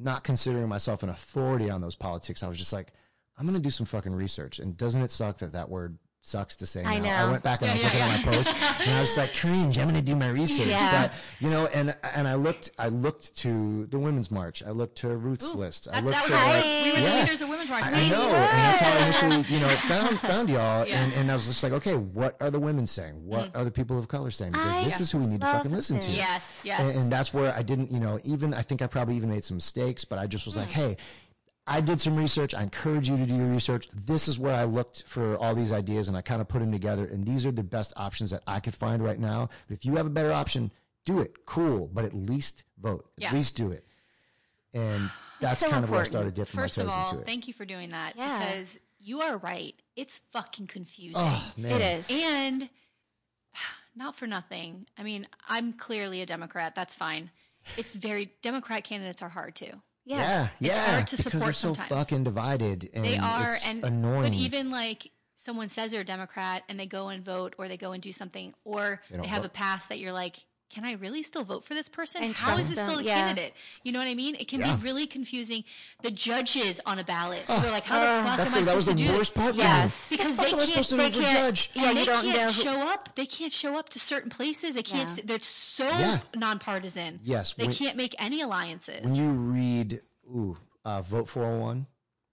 not considering myself an authority on those politics, I was just like, I'm gonna do some fucking research. And doesn't it suck that that word sucks to say? I now? know. I went back and I was looking at my post, and I was like, cringe. I'm gonna do my research. Yeah. But you know, and and I looked, I looked to the Women's March. I looked to Ruth's List. I That, looked that was to. our, like- we were the Yeah. leaders of Women's March. I, We I know, were. and that's how I initially, you know, found found y'all, Yeah. and, and I was just like, okay, what are the women saying? What are the people of color saying? Because Mm. I this is who we need to love fucking listen to. this. Yes, And, yes. Hmm. and that's where I didn't, you know, even I think I probably even made some mistakes, but I just was like, hey, I did some research. I encourage you to do your research. This is where I looked for all these ideas and I kind of put them together. And these are the best options that I could find right now. But if you have a better option, do it. Cool. But at least vote. At Yeah. least do it. And that's so kind of where I important. started dipping First my of toes all, into it. thank you for doing that Yeah. because you are right. It's fucking confusing. oh, man. It is. And not for nothing. I mean, I'm clearly a Democrat. That's fine. It's very Democrat candidates are hard too. yeah. Yeah. Yeah. hard to because support they're so sometimes. fucking divided. And they are it's and annoying. but even like someone says they're a Democrat and they go and vote or they go and do something or They they, don't have a vote. pass that you're like, can I really still vote for this person? And How is trust this still a them, yeah. candidate? You know what I mean? It can Yeah. be really confusing. The judges on a ballot, you're like, how the fuck that's am I the- that was supposed to the do worst this? part. for me. Yes. Because What they am I can't, supposed to they do as a can't, judge? Yeah, and you they don't can't know who- show up. They can't show up to certain places. They can't. Yeah. s- They're so Yeah. nonpartisan. Yes, they when- can't make any alliances. when you read ooh uh, vote 401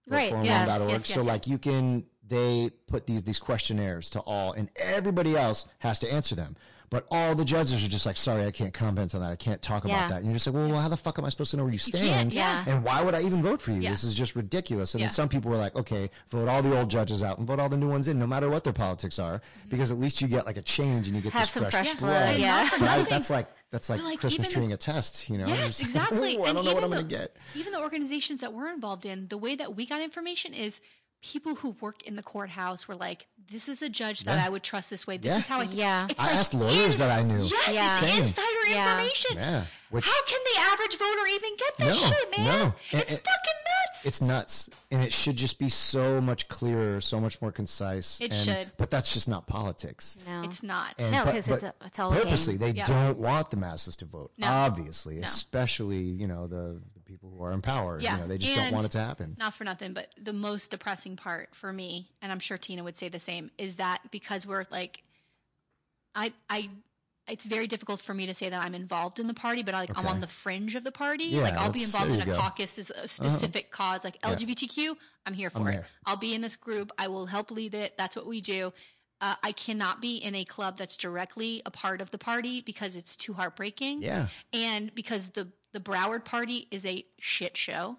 Right, vote401.org, yes, yes, so yes, like you can they put these these questionnaires to all and everybody else has to answer them but all the judges are just like sorry i can't comment on that i can't talk Yeah. about that and you're just like well, well how the fuck am i supposed to know where you can't, stand yeah. and why would i even vote for you Yeah. this is just ridiculous and Yeah. then some people were like okay vote all the old judges out and vote all the new ones in no matter what their politics are because at least you get like a change and you get Have this some fresh, fresh Yeah. blood. blood And Yeah. not for But I- nothing. that's like that's like, Like, christmas even- treating a test you know You're Yes, just like, exactly. "Ooh, i And don't know even what i'm gonna the- get Even the organizations that we're involved in, the way that we got information is people who work in the courthouse were like, "This is a judge that Yeah. I would trust this way. This Yeah. is how I." Yeah. It's I like asked lawyers that I knew. Yes, Yeah. it's Same. insider Yeah. information. Yeah, which- how can the average voter even get that No, shit, man? no. And- It's fucking and- nuts. It's nuts, and it should just be so much clearer, so much more concise. It and- should. but that's just not politics. No. It's not. And- No, but- 'cause it's but a- it's all a game. purposely. They Yeah. don't want the masses to vote, No. obviously, especially you know the, the people who are in power. Yeah. You know, they just And- don't want it to happen. Not for nothing, but the most depressing part for me, and I'm sure Tina would say the same, is that because we're like, I, I, it's very difficult for me to say that I'm involved in the party, but I, like I'm Okay. on the fringe of the party. Yeah, like I'll be that's- involved there in a you go. Uh-huh. caucus, this a specific cause, like LGBTQ. I'm here for it. there. I'll be in this group. I will help lead it. That's what we do. Uh, I cannot be in a club that's directly a part of the party because it's too heartbreaking Yeah. and because the the Broward party is a shit show,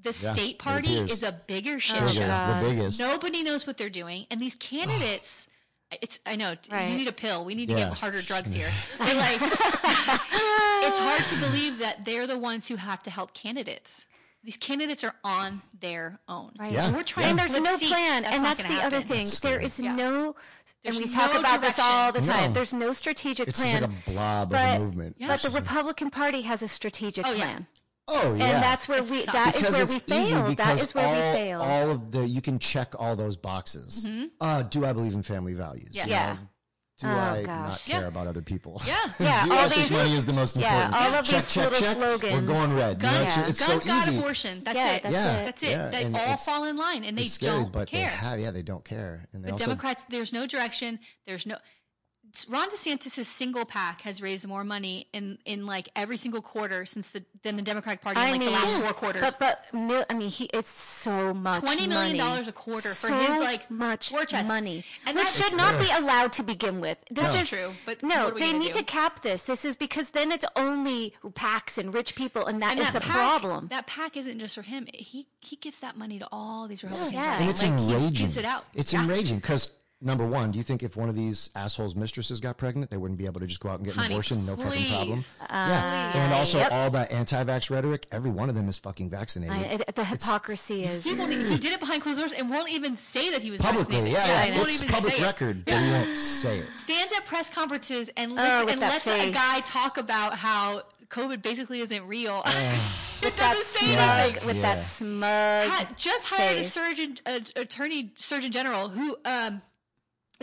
the Yeah, state it party appears. is a bigger shit Oh, Bigger, show. God. the biggest. Nobody knows what they're doing, and these candidates. It's I know t- Right. you need a pill. We need to Yeah. get harder drugs here. But like, it's hard to believe that they're the ones who have to help candidates. These candidates are on their own. Right. Yeah. And we're trying. and to there's flip no seats. plan, That's and not that's the gonna other happen. thing. That's there scary. is Yeah. no, There's and we no talk about this all the direction. time. No. There's no strategic It's just plan. like a blob but- of a movement. Yeah. but the It's just- Republican Party has a strategic Oh, yeah. plan, oh yeah, and that's where It we sucks. that is because where it's we easy fail. That because is where all, we fail. all of the you can check all those boxes. Uh, do I believe in family values? Mm-hmm. Yes. You know, Yeah. Do Oh, I not gosh. care Yeah. about other people? Yeah. Yeah, Do all us these- this money is the most yeah, important. all of check, these check, little check. We're slogans. going red. You know, Guns, it's, it's guns so got easy. abortion. That's Yeah, it. that's Yeah. it. That's it. Yeah, They and all it's- fall in line, and they It's scary, don't but care. they have. Yeah, they don't care. And they The also, Democrats, there's no direction. There's no. Ron DeSantis' single pack has raised more money in in like every single quarter since the than the Democratic Party in like the last four quarters. But but mil- I mean, he it's so much. Twenty million money. dollars a quarter for So his like much war chest money, and which that's should not be allowed to begin with. This No. is True, but no, what are we they gonna need do? to cap this. This is because then it's only PACs and rich people, and that and is that the pack, problem. That pack isn't just for him. He he gives that money to all these Republicans. Yeah. right And now. and it's Like, he enraging. gives it out. It's Yeah. enraging because number one, do you think if one of these assholes' mistresses got pregnant, they wouldn't be able to just go out and get an Honey, abortion? No fucking problem. please. Uh, yeah, and also all that anti-vax rhetoric. Every one of them is fucking vaccinated. I, it, the hypocrisy is He, won't, even- he did it behind closed doors and won't even say that he was publicly, vaccinated. yeah, He yeah, won't it's even public say it. record, but he won't say it. stands at press conferences and listen, Oh, with and that lets a face. guy talk about how COVID basically isn't real. it doesn't say smug, anything. with Yeah. that smug. Ha- just hired face. a surgeon, a, attorney, surgeon general who um,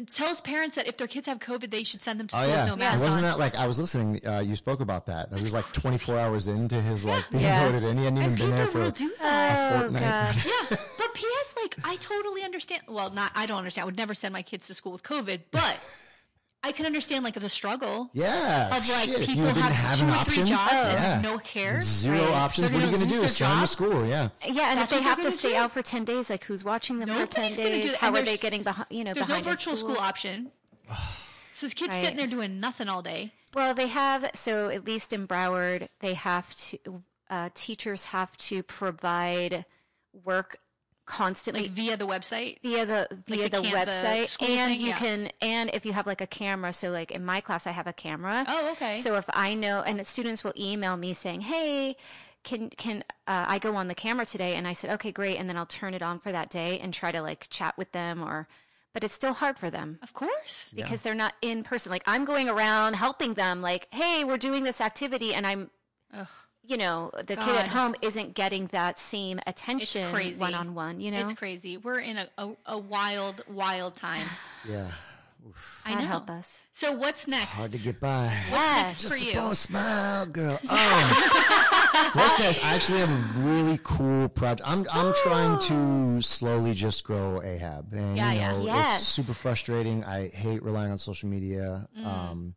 tells parents that if their kids have COVID, they should send them to Oh school yeah, with no And mask wasn't on. that like I was listening? Uh, you spoke about that. and It was like 24 hours into his like being Yeah. voted in. He hadn't even and been people there for will a do that. oh fortnight. god. yeah, but P.S. Like, I totally understand. Well, not I don't understand. I would never send my kids to school with COVID, but I can understand like the struggle. Yeah, Of like shit, if people you didn't have, have two an or option, Oh, three jobs yeah. and no care. Zero Right. options. They're What are you gonna going to lose do? their Send them to job? school. Yeah. Yeah, and That's if they have what they're to gonna stay do. out for ten days, like who's watching them for ten Nobody's gonna do days? that. How And are they there's- getting behind? You know, There's no behind in virtual school school? option. So this kid's Right. sitting there doing nothing all day. Well, they have so at least in Broward, they have to uh, teachers have to provide work constantly like via the website. via the via the, the cam- the website school and thing, you yeah. can and if you have like a camera so like in my class i have a camera Oh, okay. so if i know and students will email me saying hey can can uh, i go on the camera today and i said okay great and then i'll turn it on for that day and try to like chat with them or but it's still hard for them of course. because they're not in person like i'm going around helping them like hey we're doing this activity and i'm Ugh. you know the kid God. at home isn't getting that same attention crazy. one on one you know It's crazy. We're in a, a, a wild, wild time. Yeah. I know. God help us So what's next? Hard to get by. Yes. next Just for Just you? upon a smile, girl. Oh. What's next? I actually have a really cool project. I'm I'm trying to slowly just grow Ahab, and Oh. Yeah, you yeah. know Yes. it's super frustrating. I hate relying on social media. Mm. Um,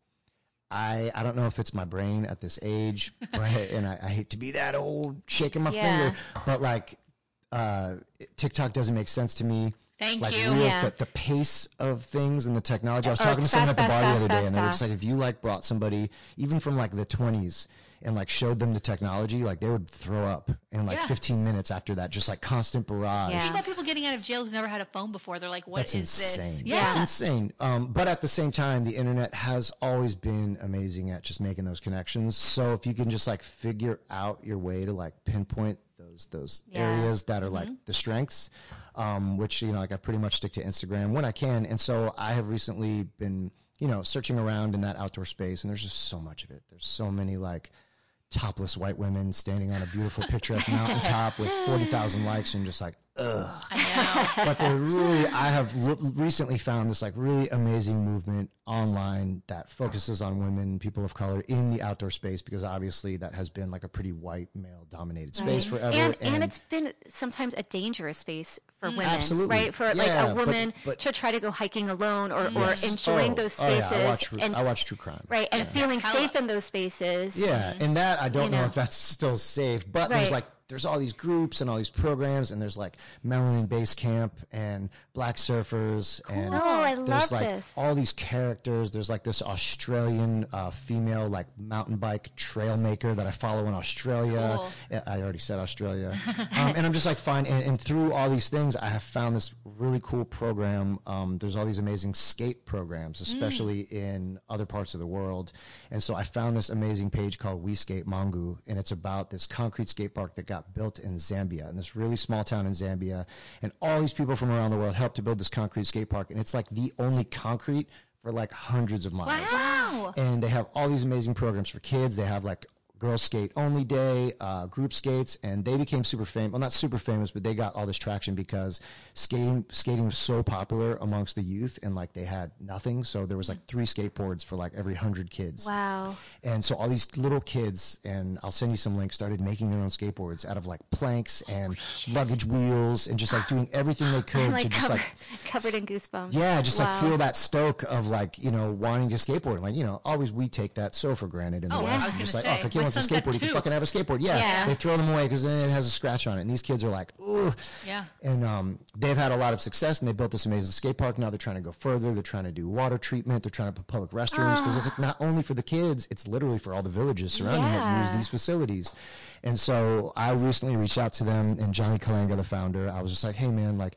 I I don't know if it's my brain at this age, but and I, I hate to be that old, shaking my Yeah. finger, but like uh, TikTok doesn't make sense to me. Thank like you. Reels, Yeah. but the pace of things and the technology. I was Oh, talking to it's someone fast, at the bar fast, the other fast, day, fast, and they were fast. like, if you like brought somebody even from like the 20s and like showed them the technology, like they would throw up in like Yeah. 15 minutes after that, just like constant barrage. Yeah. Think about people getting out of jail who's never had a phone before. They're like, "What is That's insane. this?" That's Yeah. insane. Um, but at the same time, the internet has always been amazing at just making those connections. So if you can just like figure out your way to like pinpoint those those Yeah. areas that are Mm-hmm. like the strengths, um, which you know, like I pretty much stick to Instagram when I can. And so I have recently been, you know, searching around in that outdoor space, and there's just so much of it. There's so many like topless white women standing on a beautiful picturesque mountaintop with forty thousand likes, and just like, ugh I know. but they're really i have l- recently found this like really amazing movement online that focuses on women people of color in the outdoor space because obviously that has been like a pretty white male dominated space forever and, and it's been sometimes a dangerous space for women, Absolutely. right? For like Yeah, a but- woman but- to try to go hiking alone or, or enjoying Oh, those oh, yeah, spaces I, watch, true- and I watch true crime right and feeling How- safe in those spaces. yeah and that i don't know, know. if that's still safe but there's Right. like there's all these groups and all these programs and there's like melanin base camp and black surfers and Oh, I love there's like this. all these characters. There's like this Australian uh, female like mountain bike trail maker that I follow in Australia. Uh, I already said Australia, um, and I'm just like fine. And, and through all these things, I have found this really cool program. Um, there's all these amazing skate programs, especially in other parts of the world. And so I found this amazing page called We Skate Mongu, and it's about this concrete skate park that got built in Zambia, in this really small town in Zambia. And all these people from around the world helped to build this concrete skate park, and it's like the only concrete for like hundreds of miles. wow. And they have all these amazing programs for kids. They have like Girl Skate Only Day, uh, group skates, and they became super famous. Well, not super famous, but they got all this traction because skating skating was so popular amongst the youth, and like they had nothing, so there was like three skateboards for like every hundred kids. Mm-hmm. Wow. And so all these little kids, and I'll send you some links, started making their own skateboards out of like planks and luggage wheels, and just like doing everything they could to Oh, Like just covered, like covered in goosebumps. yeah, just like Wow. feel that stoke of like you know wanting to skateboard. Like you know, always we take that so for granted in the Oh, yeah. I West. was just gonna say, like oh, if a kid my wants a son's got skateboard, he two. can fucking have a skateboard. Yeah, Yeah. they throw them away because then it has a scratch on it. And these kids are like, ooh. Yeah. And um, they've had a lot of success, and they built this amazing skate park. Now they're trying to go further. They're trying to do water treatment. They're trying to put public restrooms because it's Ah. like not only for the kids, it's literally for all the villages surrounding Yeah. it use these facilities. And so I recently reached out to them, and Johnny Kalanga, the founder, I was just like, hey man, like.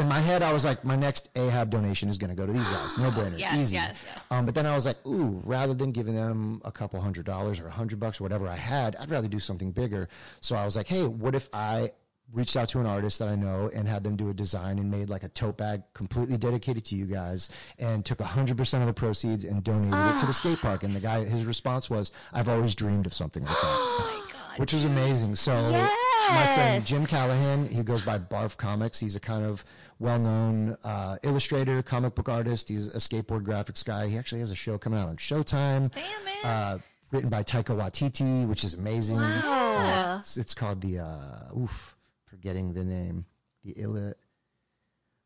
In my head, I was like, my next Ahab donation is going to go to these guys. No brainer. Yes, Easy. yes, yes. Um, but then I was like, ooh, rather than giving them a couple hundred dollars or a hundred bucks or whatever I had, I'd rather do something bigger. So I was like, hey, what if I reached out to an artist that I know and had them do a design and made like a tote bag completely dedicated to you guys and took a hundred percent of the proceeds and donated it to the skate park. And the guy, his response was, I've always dreamed of something like that which was amazing. So my friend Yes. Jim Callahan, he goes by Barf Comics. He's a kind of well-known uh, illustrator, comic book artist. He's a skateboard graphics guy. He actually has a show coming out on Showtime. Damn it. Uh, written by Taika Waititi, which is amazing. Wow. It's, it's called the uh, oof, forgetting the name, the illit.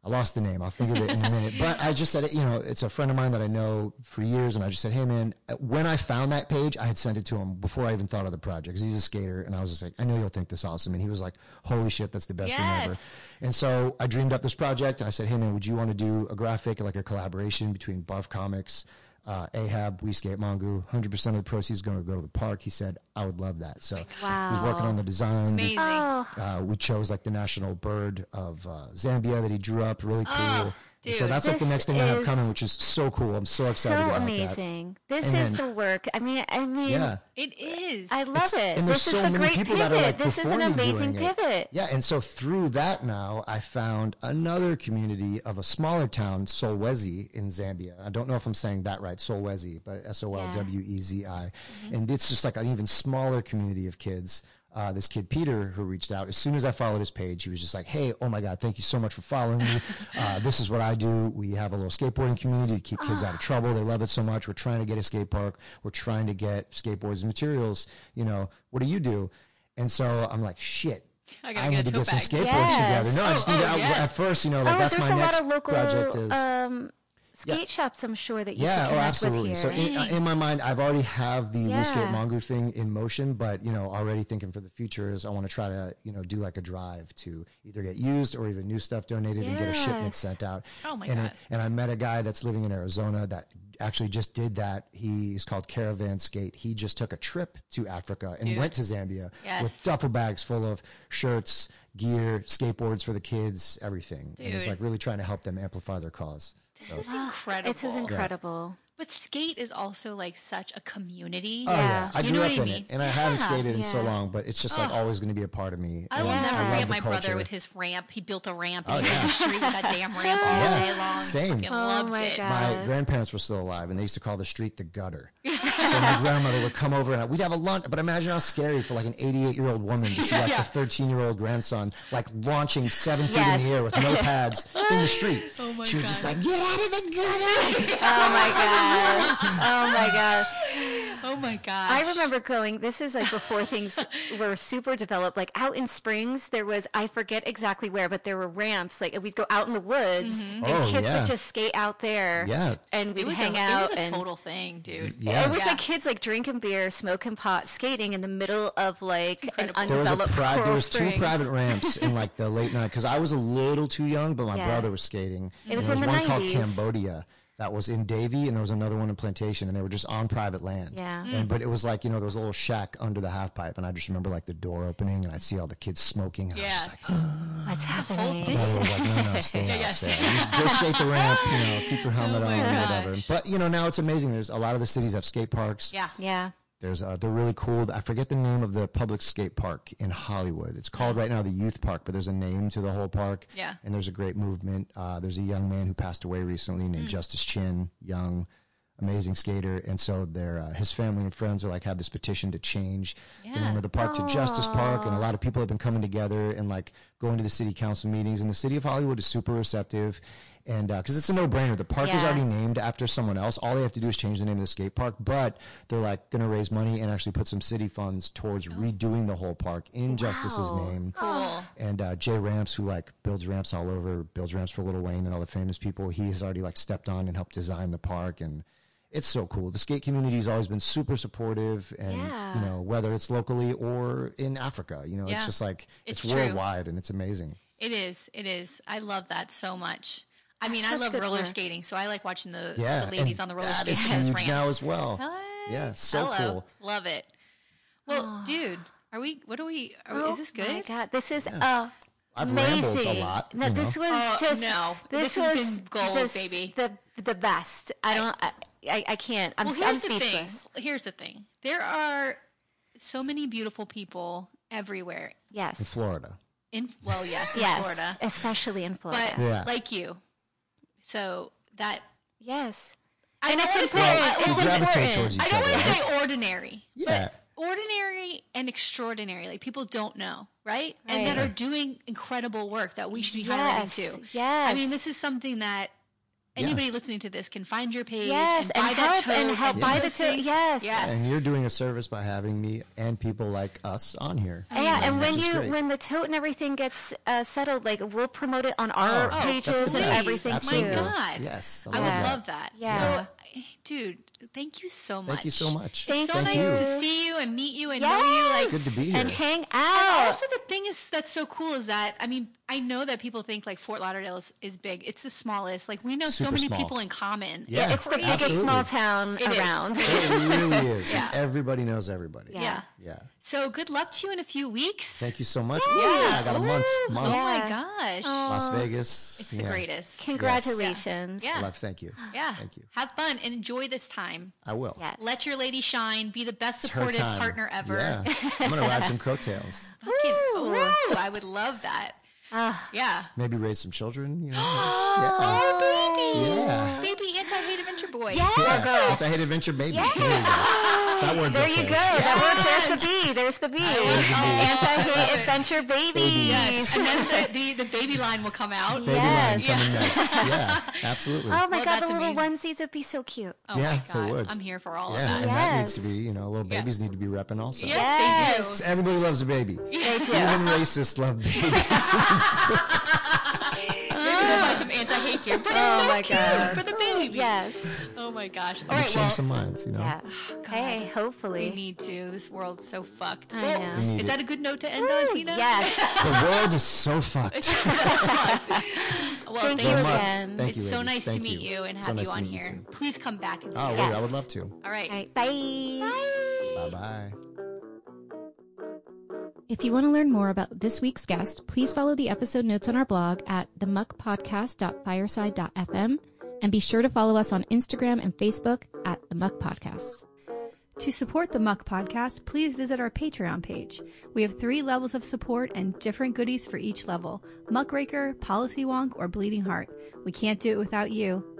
I lost the name. I'll think of it in a minute. But I just said it. You know, it's a friend of mine that I know for years, and I just said, "Hey, man." uh, When I found that page, I had sent it to him before I even thought of the project. 'cause he's a skater, and I was just like, "I know you'll think this awesome." And he was like, "Holy shit, that's the best Yes. thing ever." And so I dreamed up this project, and I said, "Hey, man, would you want to do a graphic like a collaboration between Barf Comics?" uh, Ahab, Weeskate Mongu, 100% of the proceeds going to go to the park. He said, I would love that. So he's working on the design. Amazing. Oh, Uh, we chose like the national bird of uh, Zambia that he drew up. Really cool. Oh, And so dude, that's like the this next thing I have is coming, which is so cool. I'm so so excited about that. amazing. This And is then- the work. I mean, I mean, Yeah. It is. I love it. And there's This so is a many great people pivot. that are like this is an before me amazing doing it. pivot. Yeah, and so through that now, I found another community of a smaller town, Solwezi in Zambia. I don't know if I'm saying that right, Solwezi, but S O L W E Z I. And it's just like an even smaller community of kids. Uh, this kid Peter, who reached out as soon as I followed his page, he was just like, "Hey, oh my God, thank you so much for following me. Uh, this is what I do. We have a little skateboarding community to keep kids out of trouble. They love it so much. We're trying to get a skate park. We're trying to get skateboards and materials. You know, what do you do?" And so I'm like, "Shit, I I, gotta get need a to tote get some bag. skateboards Yes. together. No, I just need oh, to, I- yes. at first, you know, like oh, that's there's my a next lot of local project is. um, skate shops. I'm sure that you yeah, can oh, connect absolutely. with So here. in, uh, in my mind, I've already have the Yeah. yeah. skate Mongo thing in motion, but you know, already thinking for the future is I want to try to you know do like a drive to either get used or even new stuff donated and get a shipment Yes. sent out. Oh my and God. I, and I met a guy that's living in Arizona that actually just did that. He's called Caravan Skate. He just took a trip to Africa and went to Zambia Yes. with duffel bags full of shirts, gear, skateboards for the kids, everything. And he's Dude. like really trying to help them amplify their cause. this is incredible. This is incredible. But skate is also like such a community. Oh Yeah. yeah, I You know grew what up I in mean? it, and I haven't Yeah. Oh. skated in so Yeah. long, but it's just like always going to be a part of me. I will and never love forget the my brother culture. with his ramp. He built a ramp Oh, and he had to yeah. street with that damn ramp all Yeah. day long. Same. Fucking Oh, loved my it. God. My Uh, grandparents were still alive, and they used to call the street the gutter. so my grandmother would come over, and we'd have a lunch. But imagine how scary for like an 88 year old woman to see like Yeah. a 13 year old grandson like launching seven feet Yes. in the air with no pads in the street. Oh my she was just like, "Get out of the gutter!" Oh my god. Oh my god. Oh my god. I remember going. This is like before things were super developed. Like out in Springs, there was I forget exactly where, but there were ramps. Like we'd go out in the woods, and Oh, kids yeah. would just skate out there. Yeah. and Mm-hmm. It we'd was hang a, out. It was a and total thing, dude. Yeah. It was Yeah. like kids like drinking beer, smoking pot, skating in the middle of like an incredible. undeveloped There was a private. There Coral was Springs. two private ramps in like the late night because I was a little too young, but my Yeah. brother was skating. It was there in was the one called 90s. Cambodia that was in Davie, and there was another one in Plantation, and they were just on private land. Yeah. And, Mm. but it was like you know there was a little shack under the half pipe, and I just remember like the door opening, and I'd see all the kids smoking, and I was Yeah. just like, What's happening? my brother was like, no, no, stay out, yeah, stay stay Oh out. Just go skate the ramp, you know, keep your helmet on, my whatever. But you know now it's amazing. There's a lot of the cities have skate parks. Yeah. Yeah. There's uh, they're really cool. I forget the name of the public skate park in Hollywood. It's called right now the Youth Park, but there's a name to the whole park. Yeah. And there's a great movement. Uh, there's a young man who passed away recently named Justice Chin, young, amazing skater. And so their uh, his family and friends are like have this petition to change the name of the park to Justice Park, and a lot of people have been coming together and like going to the city council meetings. And the city of Hollywood is super receptive. And because it's a no brainer, the park is Yeah. already named after someone else. All they have to do is change the name of the skate park, but they're like going to raise money and actually put some city funds towards redoing the whole park in Justice's Wow. name. Oh. Cool. And uh, Jay Ramps, who like builds ramps all over, builds ramps for Little Wayne and all the famous people, he has already like stepped on and helped design the park, and it's so cool. The skate community has always been super supportive, and Yeah. you know whether it's locally or in Africa, you know Yeah. it's just like it's, It's true. worldwide and it's amazing. It is. It is. I love that so much. I mean, I Such love good roller work. skating, so I like watching the, Yeah, the ladies and on the roller that skating is on those huge ramps. now as well. What? Yeah, so Hello. cool. Love it. Well, dude, are we? What are we? Are we Oh is this good? My God, this is uh, I've amazing. rambled a lot. No, you know. this was Oh, just no. This, This has was been gold, just baby. The the best. I don't. I, I, I can't. I'm, Well, I'm here's the thing. speechless. Here's the thing. There are so many beautiful people everywhere. Yes. Florida. In well, yes, in yes. Florida, Especially in Florida. but Yeah. like you. So that yes. I And don't it's wanna important. say- I It's don't We wanna important. gravitate towards each I don't other, want to right? say ordinary, Yeah. but ordinary and extraordinary. Like people don't know, right? And Right. that are doing incredible work that we should be Yes, highlighting too. yes. I mean, this is something that Yeah. anybody listening to this can find your page Yes, and buy and that help- tote and help do buy the those tote. things. Yes. Yes. And you're doing a service by having me and people like us on here. yeah, and that's when just you great. when the tote and everything gets uh, settled, like we'll promote it on our Oh, that's pages the and best. everything That's too. My Absolutely. God. Yes, I I, love would that. love that. Yeah. So, dude, thank you so much. Thank you so much. Thank So Thank nice you. to see you and meet you and know you. Yes. Like, Good to be here. And hang And out. also the thing is that's so cool is that I mean I know that people think like Fort Lauderdale is, is big. It's the smallest. Like we know so Super many small. people in common. Yeah. It's it's the biggest Absolutely. small town It is. around. It really is. Yeah. And everybody knows everybody. Yeah. Yeah. Yeah. So good luck to you in a few weeks. Thank you so much. Yes. Yeah, I got a month. Oh Month. my Yeah. gosh. Las Vegas. It's the Yeah. greatest. Congratulations. Yeah. Love. Thank you. yeah. Thank you. Have fun and enjoy this time. I will. Yes. Let your lady shine. Be the best It's her supportive time. partner ever. Yeah. I'm gonna ride some coattails. Fucking- Woo. Woo. I would love that. Ah. Yeah. Maybe raise some children. You know. yeah. Oh, Baby. Yeah. Baby anti-hate adventure boy. Yeah. yeah. It's a hate adventure baby. There you go. That word's There okay. you go. That works. There's the B. There's the B. Anti-hate adventure babies. Yes. And then the, the, the baby line will come out. Baby line Yes. coming next. Yeah. Absolutely. Oh my god, Well, that's the little amazing. onesies would be so cute. Oh Yeah, my they God. would. I'm here for all yeah. of And that. that Yes. needs to be. You know, little babies need to be repping also. Yes, Yes. they do. Everybody loves a baby. They do. Even racists love babies. You're going to buy some anti-hate gear. But Oh my it's so God. cute for the baby. Yes. Oh my gosh. All Right, right, change well, some minds. You know. Yeah. Oh, God. Hey, we hopefully. need to. This world's so fucked. I Well, know. We need Is it. that a good note to end Mm, on, Tina? Yes. The world is so fucked. Well, Thank thank, you you. Well, Mark, again. thank It's you, so ladies. nice to Thank meet you, and So have nice you to on meet you here. too. Please come back and see Oh, us. wait, I Yes. would love to. All right. All right. Bye. Bye bye. If you want to learn more about this week's guest, please follow the episode notes on our blog at themuckpodcast.fireside.fm and be sure to follow us on Instagram and Facebook at the Muck Podcast. To support the Muck Podcast, please visit our Patreon page. We have three levels of support and different goodies for each level Muckraker, Policy Wonk, or Bleeding Heart. We can't do it without you.